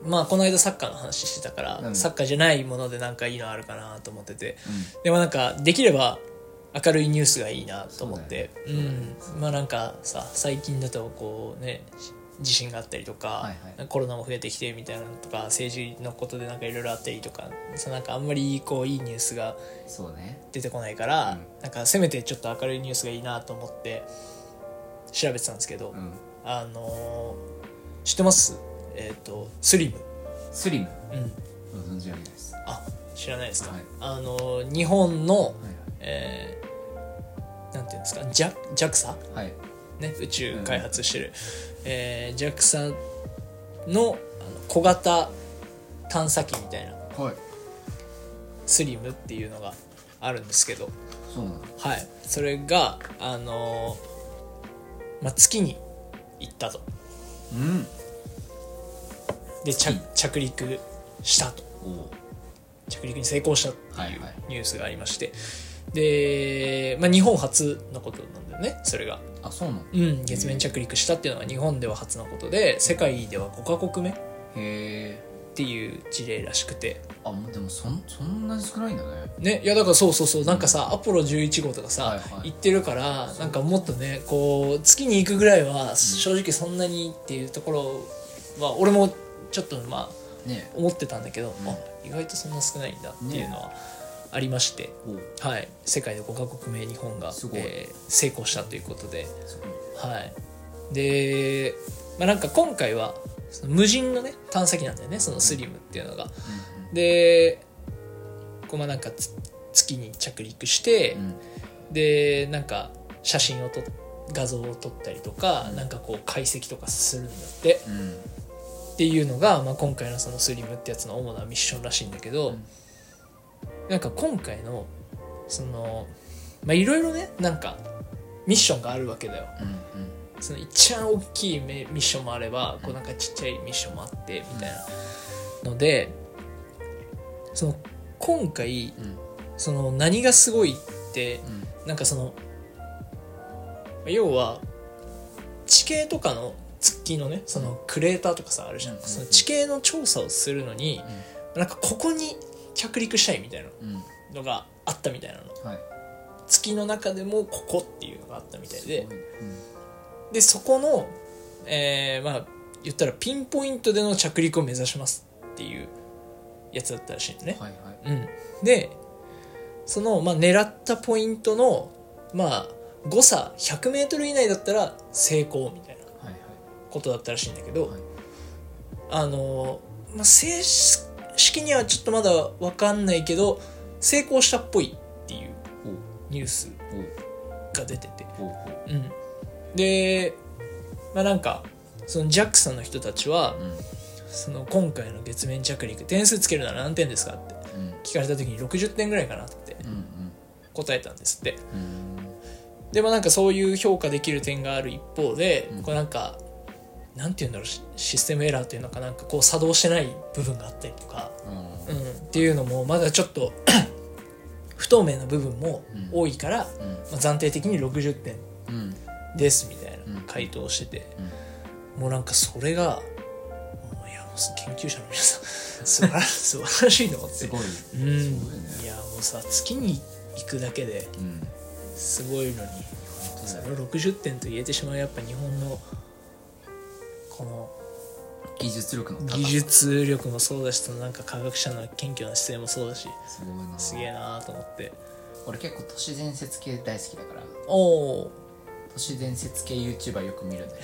[SPEAKER 3] まあこの間サッカーの話してたから、
[SPEAKER 2] うん
[SPEAKER 3] サッカーじゃないものでなんかいいのあるかなと思ってて、
[SPEAKER 2] う
[SPEAKER 3] でもなんかできれば明るいニュースがいいなと思ってう,、
[SPEAKER 2] そうだよね
[SPEAKER 3] んまあなんかさ最近だとこうねし地震があったりとか、
[SPEAKER 2] はいはい
[SPEAKER 3] コロナも増えてきてみたいなのとか政治のことでなんかいろいろあったりとかそうなんかあんまりこういいニュースが
[SPEAKER 2] そうね
[SPEAKER 3] 出てこないから、なんかせめてちょっと明るいニュースがいいなと思って調べてたんですけど、
[SPEAKER 2] うん
[SPEAKER 3] あのー知ってますえっ、とスリム、
[SPEAKER 2] スリム
[SPEAKER 3] うん、
[SPEAKER 2] ご存知ありですは
[SPEAKER 3] あ知らないですか、
[SPEAKER 2] はい
[SPEAKER 3] あのー日本の、
[SPEAKER 2] い
[SPEAKER 3] えーなんていうんですか JAC- JAXA、
[SPEAKER 2] はいはい
[SPEAKER 3] ね、宇宙開発してる、えー JAXA のあの小型探査機みたいな
[SPEAKER 2] はい
[SPEAKER 3] スリムっていうのがあるんですけど
[SPEAKER 2] そうなの
[SPEAKER 3] はいそれがあのまあ、月に行ったと
[SPEAKER 2] うん
[SPEAKER 3] で着
[SPEAKER 2] うん
[SPEAKER 3] 着陸したと
[SPEAKER 2] おお
[SPEAKER 3] 着陸に成功したって
[SPEAKER 2] はい
[SPEAKER 3] いう
[SPEAKER 2] はい
[SPEAKER 3] ニュースがありまして、で、まあ、日本初のことなんだよねそれが、
[SPEAKER 2] あそうなの
[SPEAKER 3] うん、月面着陸したっていうのが日本では初のことで世界では5カ国目っ
[SPEAKER 2] へえ
[SPEAKER 3] ていう事例らしくて
[SPEAKER 2] あもうでもそんそんなに少ないんだね
[SPEAKER 3] ねいやだからそうそうそうなんかさアポロ11号とかさ、
[SPEAKER 2] はいはい
[SPEAKER 3] 行ってるからなんかもっとねこう月に行くぐらいは正直そんなにっていうところは俺もちょっとまあ
[SPEAKER 2] ねえ
[SPEAKER 3] 思ってたんだけど、
[SPEAKER 2] うん
[SPEAKER 3] あ意外とそんな少ないんだっていうのはありまして、
[SPEAKER 2] おお
[SPEAKER 3] はい、世界の5カ国目日本が
[SPEAKER 2] すごい
[SPEAKER 3] えー成功したということで、
[SPEAKER 2] すごい
[SPEAKER 3] はい、で、まあ、なんか今回はその無人のね探査機なんだよねそのスリムっていうのが。でこうまあなんかつ月に着陸して、
[SPEAKER 2] うんうんうん
[SPEAKER 3] でなんか写真を撮っ画像を撮ったりとか、
[SPEAKER 2] うん
[SPEAKER 3] なんかこう解析とかするんだって
[SPEAKER 2] うん
[SPEAKER 3] っていうのが、まあ、今回のそのスリムってやつの主なミッションらしいんだけ
[SPEAKER 2] う
[SPEAKER 3] ど、
[SPEAKER 2] ん
[SPEAKER 3] なんか今回のそのまあいろいろねなんかミッションがあるわけだよ
[SPEAKER 2] うん
[SPEAKER 3] その一番大きいめミッションもあればこうなんかちっちゃいミッションもあってみたいなのでその今回
[SPEAKER 2] うんうん
[SPEAKER 3] その何がすごいって
[SPEAKER 2] うん
[SPEAKER 3] なんかその要は地形とかの月のねそのクレーターとかさあるじゃん、
[SPEAKER 2] うん
[SPEAKER 3] その地形の調査をするのに、なんかここに着陸したいみたいな
[SPEAKER 2] うんうん
[SPEAKER 3] のがあったみたいなの
[SPEAKER 2] はい
[SPEAKER 3] 月の中でもここっていうのがあったみたいです
[SPEAKER 2] ごいね
[SPEAKER 3] でそこの、えーまあ言ったらピンポイントでの着陸を目指しますっていうやつだったらしいのね
[SPEAKER 2] うん、はいはい
[SPEAKER 3] うん、でその、まあ、狙ったポイントの、まあ、誤差 100m 以内だったら成功みたいな
[SPEAKER 2] はいはい
[SPEAKER 3] ことだったらしいんだけ
[SPEAKER 2] は
[SPEAKER 3] ど、
[SPEAKER 2] い
[SPEAKER 3] あの、まあ、正式にはちょっとまだ分かんないけど成功したっぽいっていう
[SPEAKER 2] おう
[SPEAKER 3] ニュース
[SPEAKER 2] おう
[SPEAKER 3] が出てて、
[SPEAKER 2] おうおう
[SPEAKER 3] うん、で、まあ、なんかその JAXA の人たちは
[SPEAKER 2] うん
[SPEAKER 3] その今回の月面着陸点数つけるなら何点ですかって
[SPEAKER 2] うん
[SPEAKER 3] 聞かれた時に60点ぐらいかなって
[SPEAKER 2] うん
[SPEAKER 3] 答えたんですって
[SPEAKER 2] うんうん
[SPEAKER 3] でもなんかそういう評価できる点がある一方で、
[SPEAKER 2] うん
[SPEAKER 3] こうなんかなんて言うんだろうシシステムエラーっていうのかなんかこう作動してない部分があったりとか、
[SPEAKER 2] うん
[SPEAKER 3] うん、っていうのもまだちょっと 不透明な部分も多いから、
[SPEAKER 2] うん
[SPEAKER 3] まあ、暫定的に60点
[SPEAKER 2] うん
[SPEAKER 3] ですみたい
[SPEAKER 2] うん
[SPEAKER 3] な回答をしてて、もうなんかそれがもういやもう研究者の皆さん 素晴ら素晴らしいと思っ
[SPEAKER 2] す
[SPEAKER 3] て。
[SPEAKER 2] ごい
[SPEAKER 3] うん、
[SPEAKER 2] すごいね
[SPEAKER 3] いやもうさ月に行くだけで
[SPEAKER 2] うん
[SPEAKER 3] すごいのに
[SPEAKER 2] 本当
[SPEAKER 3] そ
[SPEAKER 2] だ
[SPEAKER 3] れ
[SPEAKER 2] よ
[SPEAKER 3] を60点と言えてしまうやっぱ日本のこの
[SPEAKER 2] 技術力の高さ
[SPEAKER 3] 技術力もそうだしそのなんか科学者の謙虚な姿勢もそうだし
[SPEAKER 2] すごいな
[SPEAKER 3] すげえなと思って
[SPEAKER 2] 俺結構都市伝説系大好きだから
[SPEAKER 3] おお
[SPEAKER 2] 都市伝説系 YouTuber よく見るんだ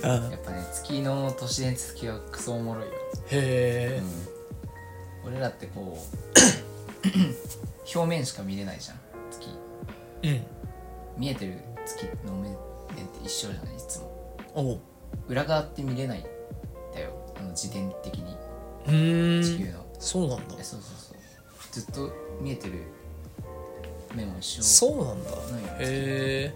[SPEAKER 2] けど
[SPEAKER 3] う
[SPEAKER 2] やっぱね月の都市伝説系はクソおもろいよ、
[SPEAKER 3] へえ
[SPEAKER 2] うん、俺らってこう表面しか見れないじゃん月
[SPEAKER 3] うん
[SPEAKER 2] 見えてる月の面って一緒じゃないいつも
[SPEAKER 3] おお
[SPEAKER 2] 裏側って見れないんだよあの自伝的に
[SPEAKER 3] うー
[SPEAKER 2] 地
[SPEAKER 3] ん
[SPEAKER 2] 球の、
[SPEAKER 3] そうなんだ
[SPEAKER 2] えそうそうそうずっと見えてる面は一緒
[SPEAKER 3] そうなんだ
[SPEAKER 2] ない
[SPEAKER 3] へえ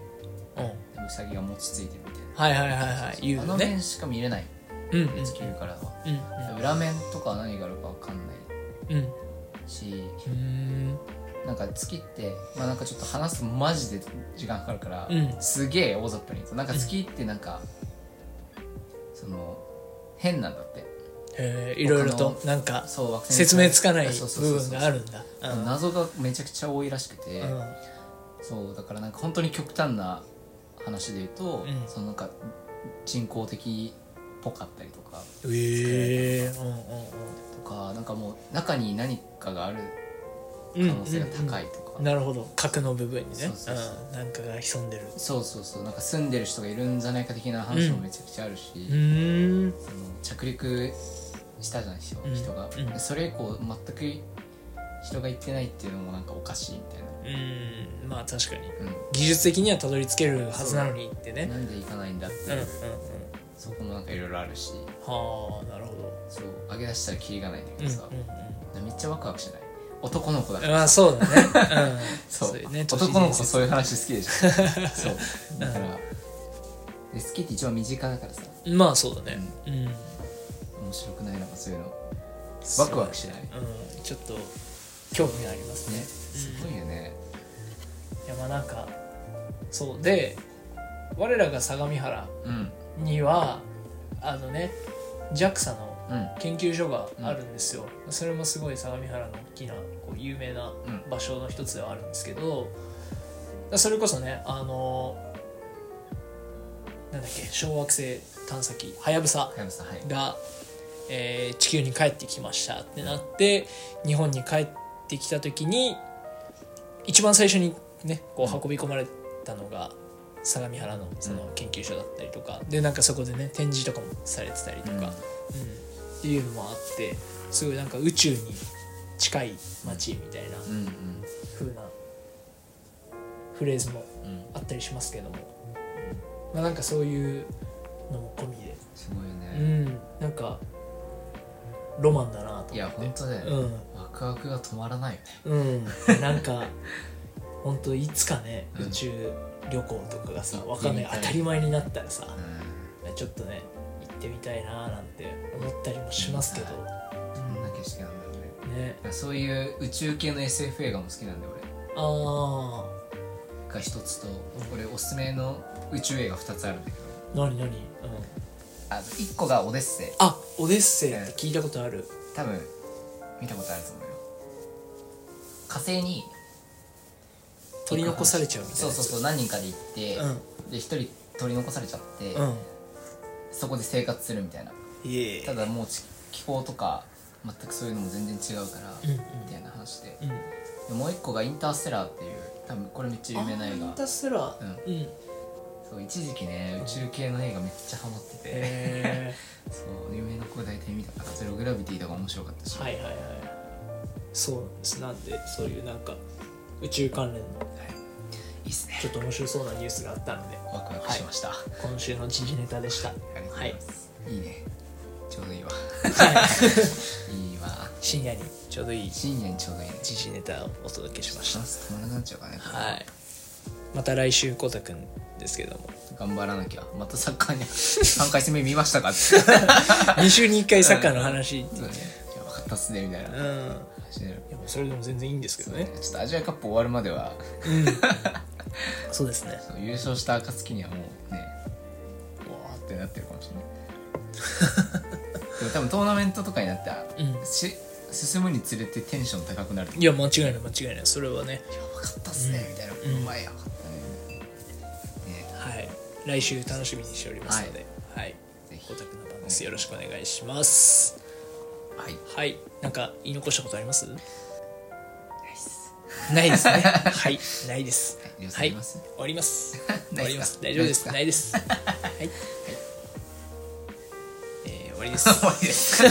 [SPEAKER 3] うん
[SPEAKER 2] でウサギが餅ついてるみたいな
[SPEAKER 3] はいはいはいはい言
[SPEAKER 2] あ
[SPEAKER 3] う
[SPEAKER 2] の
[SPEAKER 3] のね
[SPEAKER 2] 面しか見れない
[SPEAKER 3] うんうん
[SPEAKER 2] 地球からは、
[SPEAKER 3] うん
[SPEAKER 2] 裏面とか何があるかわかんない
[SPEAKER 3] うんうん
[SPEAKER 2] し
[SPEAKER 3] うーん
[SPEAKER 2] なんか月ってまあなんかちょっと話すとマジで時間かかるから、
[SPEAKER 3] うん
[SPEAKER 2] すげえ大雑把に言うとなんか月ってなんか、その変なんだって
[SPEAKER 3] へえいろいろと
[SPEAKER 2] 他
[SPEAKER 3] なんか
[SPEAKER 2] そう惑星
[SPEAKER 3] 説明つかない部
[SPEAKER 2] そうそうそうそう
[SPEAKER 3] 分があるんだうん
[SPEAKER 2] 謎がめちゃくちゃ多いらしくて、
[SPEAKER 3] うん
[SPEAKER 2] そうだからなんか本当に極端な話で言うと、
[SPEAKER 3] うん
[SPEAKER 2] そのなんか人工的っぽかったりとか
[SPEAKER 3] ええうんうんうん
[SPEAKER 2] とかなんかもう中に何かがある可
[SPEAKER 3] 可
[SPEAKER 2] 能性が高いとか、
[SPEAKER 3] なるほど核の部分にね
[SPEAKER 2] そうそうそう
[SPEAKER 3] うん、なんかが潜んでる
[SPEAKER 2] そうそうそうなんか住んでる人がいるんじゃないか的な話もめちゃくちゃあるし、
[SPEAKER 3] ん
[SPEAKER 2] その着陸したじゃないですよ、
[SPEAKER 3] うん
[SPEAKER 2] 人が、
[SPEAKER 3] うん
[SPEAKER 2] でそれ以降全く人が行ってないっていうのもなんかおかしいみたい
[SPEAKER 3] うんまあ確かに
[SPEAKER 2] な、
[SPEAKER 3] 技術的にはたどり着けるはずなのにって
[SPEAKER 2] うん、
[SPEAKER 3] ね
[SPEAKER 2] なんで行かないんだって
[SPEAKER 3] うんうんうん
[SPEAKER 2] そこもなんかいろいろあるし
[SPEAKER 3] はあなるほど
[SPEAKER 2] そう上げ出したらキリがないんだ
[SPEAKER 3] う
[SPEAKER 2] け
[SPEAKER 3] んう
[SPEAKER 2] ど
[SPEAKER 3] ん
[SPEAKER 2] さ、めっちゃワクワクしない男の子だから
[SPEAKER 3] まあそうだね。うん、
[SPEAKER 2] そう
[SPEAKER 3] いうね
[SPEAKER 2] 男の子そう
[SPEAKER 3] いう。
[SPEAKER 2] いう話好きでし ょそうだから、で好きって一番身近だからさ
[SPEAKER 3] まあそうだね。うん。
[SPEAKER 2] 面白くないなんかそういうのワクワクしないね
[SPEAKER 3] うん、ちょっと興味がありますね。
[SPEAKER 2] すごいよね
[SPEAKER 3] いやまあなんかそうで我らが相模原
[SPEAKER 2] うん
[SPEAKER 3] にはあのね JAXA の
[SPEAKER 2] うん
[SPEAKER 3] 研究所があるんですよ、それもすごい相模原の大きなこう有名な
[SPEAKER 2] うん
[SPEAKER 3] 場所の一つではあるんですけどそれこそねあのなんだっけ小惑星探査機はやぶさ
[SPEAKER 2] 加山さんはい
[SPEAKER 3] が、えー地球に帰ってきましたってなって日本に帰ってきた時に一番最初にねこ
[SPEAKER 2] うん
[SPEAKER 3] う運び込まれたのが相模原のその研究所だったりとか、でなんかそこでね展示とかもされてたりとか、
[SPEAKER 2] うん
[SPEAKER 3] うんっていうのもあってすごいなんか宇宙に近い街みたいな
[SPEAKER 2] うん
[SPEAKER 3] 風なフレーズも
[SPEAKER 2] うんうん
[SPEAKER 3] あったりしますけども、まあ、なんかそういうのも込みで、
[SPEAKER 2] すごいよ
[SPEAKER 3] う
[SPEAKER 2] ね、
[SPEAKER 3] ん、なんかロマンだなと
[SPEAKER 2] いや
[SPEAKER 3] 思っ
[SPEAKER 2] 本
[SPEAKER 3] て
[SPEAKER 2] 当だよね、
[SPEAKER 3] うん
[SPEAKER 2] ワクワクが止まらないよね
[SPEAKER 3] うん、なん か本当いつかね
[SPEAKER 2] うん
[SPEAKER 3] 宇宙旅行とかがさ
[SPEAKER 2] 行
[SPEAKER 3] わ
[SPEAKER 2] って
[SPEAKER 3] かん
[SPEAKER 2] みた
[SPEAKER 3] ないい当たり前になったらさ、
[SPEAKER 2] う
[SPEAKER 3] ちょっとね行ってみたいななんて思ったりもしますけど、
[SPEAKER 2] んどんな景色なんだろうね
[SPEAKER 3] ね
[SPEAKER 2] いやそういう宇宙系の SF 映画も好きなんで
[SPEAKER 3] ああ
[SPEAKER 2] 俺が一つと俺おすすめの宇宙映画二つあるんだけど
[SPEAKER 3] 何何、うん、
[SPEAKER 2] あの一個がオデッセイ
[SPEAKER 3] あオデッセイって聞いたことある、
[SPEAKER 2] 多分見たことあると思うよ火星に
[SPEAKER 3] 取り残されちゃうみた
[SPEAKER 2] そ
[SPEAKER 3] いな
[SPEAKER 2] う
[SPEAKER 3] やつ
[SPEAKER 2] そうそう何人かで行って、で一人取り残されちゃって、
[SPEAKER 3] うんうん
[SPEAKER 2] そこで生活するみたいない
[SPEAKER 3] え
[SPEAKER 2] ただもうち気候とか全くそういうのも全然違うから、
[SPEAKER 3] うんうん
[SPEAKER 2] みたいな話で
[SPEAKER 3] うん
[SPEAKER 2] でもう一個が「インターステラー」っていう多分これめっちゃ有名な映
[SPEAKER 3] あイン
[SPEAKER 2] 画
[SPEAKER 3] ターステラーうん、へ
[SPEAKER 2] そう一時期ね宇宙系の映画めっちゃハマってて、
[SPEAKER 3] え
[SPEAKER 2] そう有名な子大体見たからそれをグラビティとか面白かったし、
[SPEAKER 3] はいはいはいそうなんですなんでそういうなんか宇宙関連の
[SPEAKER 2] いいっすね
[SPEAKER 3] ちょっと面白そうなニュースがあったので
[SPEAKER 2] ワクワクしました、
[SPEAKER 3] 今週の時事ネタでした
[SPEAKER 2] ありがとうございます、い、いねちょうどいいわ いいわ
[SPEAKER 3] 深夜にちょうどいい
[SPEAKER 2] 深夜にちょうどいいね
[SPEAKER 3] 時事ネタをお届けしまし
[SPEAKER 2] チャ
[SPEAKER 3] た
[SPEAKER 2] ンス止まらなくなっちゃうからね
[SPEAKER 3] はいまた来週コタくんですけども
[SPEAKER 2] 頑張らなきゃまたサッカーに3回戦目見ま したかって
[SPEAKER 3] 2週に1回サッカーの話って
[SPEAKER 2] そうねいや分かったっすねみたいな
[SPEAKER 3] うん
[SPEAKER 2] 話になる
[SPEAKER 3] いやもうそれでも全然いいんですけ
[SPEAKER 2] そ
[SPEAKER 3] ど
[SPEAKER 2] う
[SPEAKER 3] ね
[SPEAKER 2] ねちょっとアジアカップ終わるまでは
[SPEAKER 3] そうですね
[SPEAKER 2] そう優勝した暁にはもうねうわーってなってるかもしれないでも多分トーナメントとかになったら、
[SPEAKER 3] うん
[SPEAKER 2] し進むにつれてテンション高くなる
[SPEAKER 3] いや間違いない間違いないそれはね
[SPEAKER 2] やばかったっすね、みたいな、うまいやばかったねね
[SPEAKER 3] はい来週楽しみにしておりますのではい
[SPEAKER 2] ぜひ
[SPEAKER 3] コタくんの番ですよろしくお願いします
[SPEAKER 2] はい
[SPEAKER 3] はいなんか言い残したことあります
[SPEAKER 2] ナイス
[SPEAKER 3] な いですねはいないです
[SPEAKER 2] はい予想
[SPEAKER 3] は
[SPEAKER 2] あ
[SPEAKER 3] い
[SPEAKER 2] り
[SPEAKER 3] 終
[SPEAKER 2] ます
[SPEAKER 3] わります
[SPEAKER 2] な
[SPEAKER 3] 終
[SPEAKER 2] いですか
[SPEAKER 3] わります大丈夫です
[SPEAKER 2] な
[SPEAKER 3] ないいです はいえー終わりで す
[SPEAKER 2] 終わりですや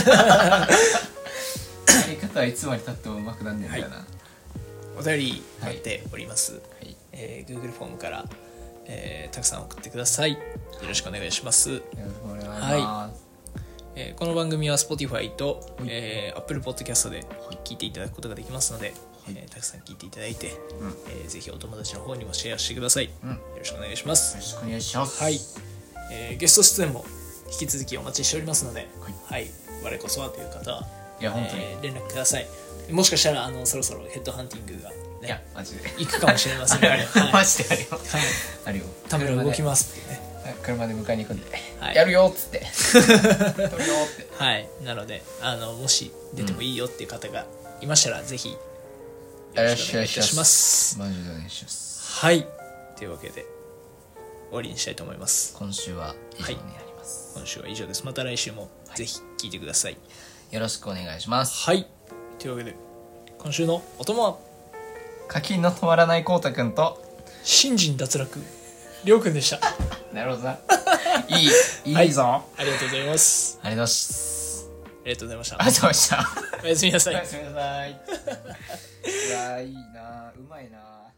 [SPEAKER 2] り方はいつまでたってもうまくなんねえんだよな、
[SPEAKER 3] お便り待っております、
[SPEAKER 2] い
[SPEAKER 3] えー Google フォームから、えーたくさん送ってくださいよろしくお願いします
[SPEAKER 2] よろしくお願いします、
[SPEAKER 3] はえーこの番組は Spotify と、えー Apple Podcast で聞いていただくことができますので、えーたくさん聞いていただいて、
[SPEAKER 2] うん
[SPEAKER 3] えーぜひお友達の方にもシェアしてください、
[SPEAKER 2] うん
[SPEAKER 3] よろしくお願いします
[SPEAKER 2] よろしくお願いします
[SPEAKER 3] はい、えーゲスト出演も引き続きお待ちしておりますので、
[SPEAKER 2] はい
[SPEAKER 3] はい、我こそはという方は、
[SPEAKER 2] いや本当に、
[SPEAKER 3] えー連絡くださいもしかしたらあのそろそろヘッドハンティングが、
[SPEAKER 2] いや
[SPEAKER 3] ね、
[SPEAKER 2] マジで
[SPEAKER 3] 行くかもしれませんの で、
[SPEAKER 2] あ
[SPEAKER 3] は
[SPEAKER 2] れ
[SPEAKER 3] い
[SPEAKER 2] あ れマジであるよ、
[SPEAKER 3] はい
[SPEAKER 2] あるよ
[SPEAKER 3] ためら動きますっていうね
[SPEAKER 2] はい車で迎えに行くんで、
[SPEAKER 3] はい
[SPEAKER 2] やるよっつって やるよって
[SPEAKER 3] はいなのであのもし出てもいいよっていう方がいましたら、ぜひよろしくお願いいたします
[SPEAKER 2] マジでお願いします
[SPEAKER 3] はいというわけで終わりにしたいと思います
[SPEAKER 2] 今週は以上になります、
[SPEAKER 3] 今週は以上ですまた来週もぜひ聞いてください
[SPEAKER 2] よろしくお願いします
[SPEAKER 3] はい、というわけで今週のお供は
[SPEAKER 2] 課金の止まらないこうたくんと
[SPEAKER 3] 新人脱落りょうくんでした
[SPEAKER 2] なるほどない いいいぞ、
[SPEAKER 3] ありがとうございます
[SPEAKER 2] ありがとうございます
[SPEAKER 3] ありがとうございまし
[SPEAKER 2] あ
[SPEAKER 3] た
[SPEAKER 2] りがとうございました
[SPEAKER 3] おやすみなさ
[SPEAKER 2] お
[SPEAKER 3] い
[SPEAKER 2] やすみなさいうわいいなうまいな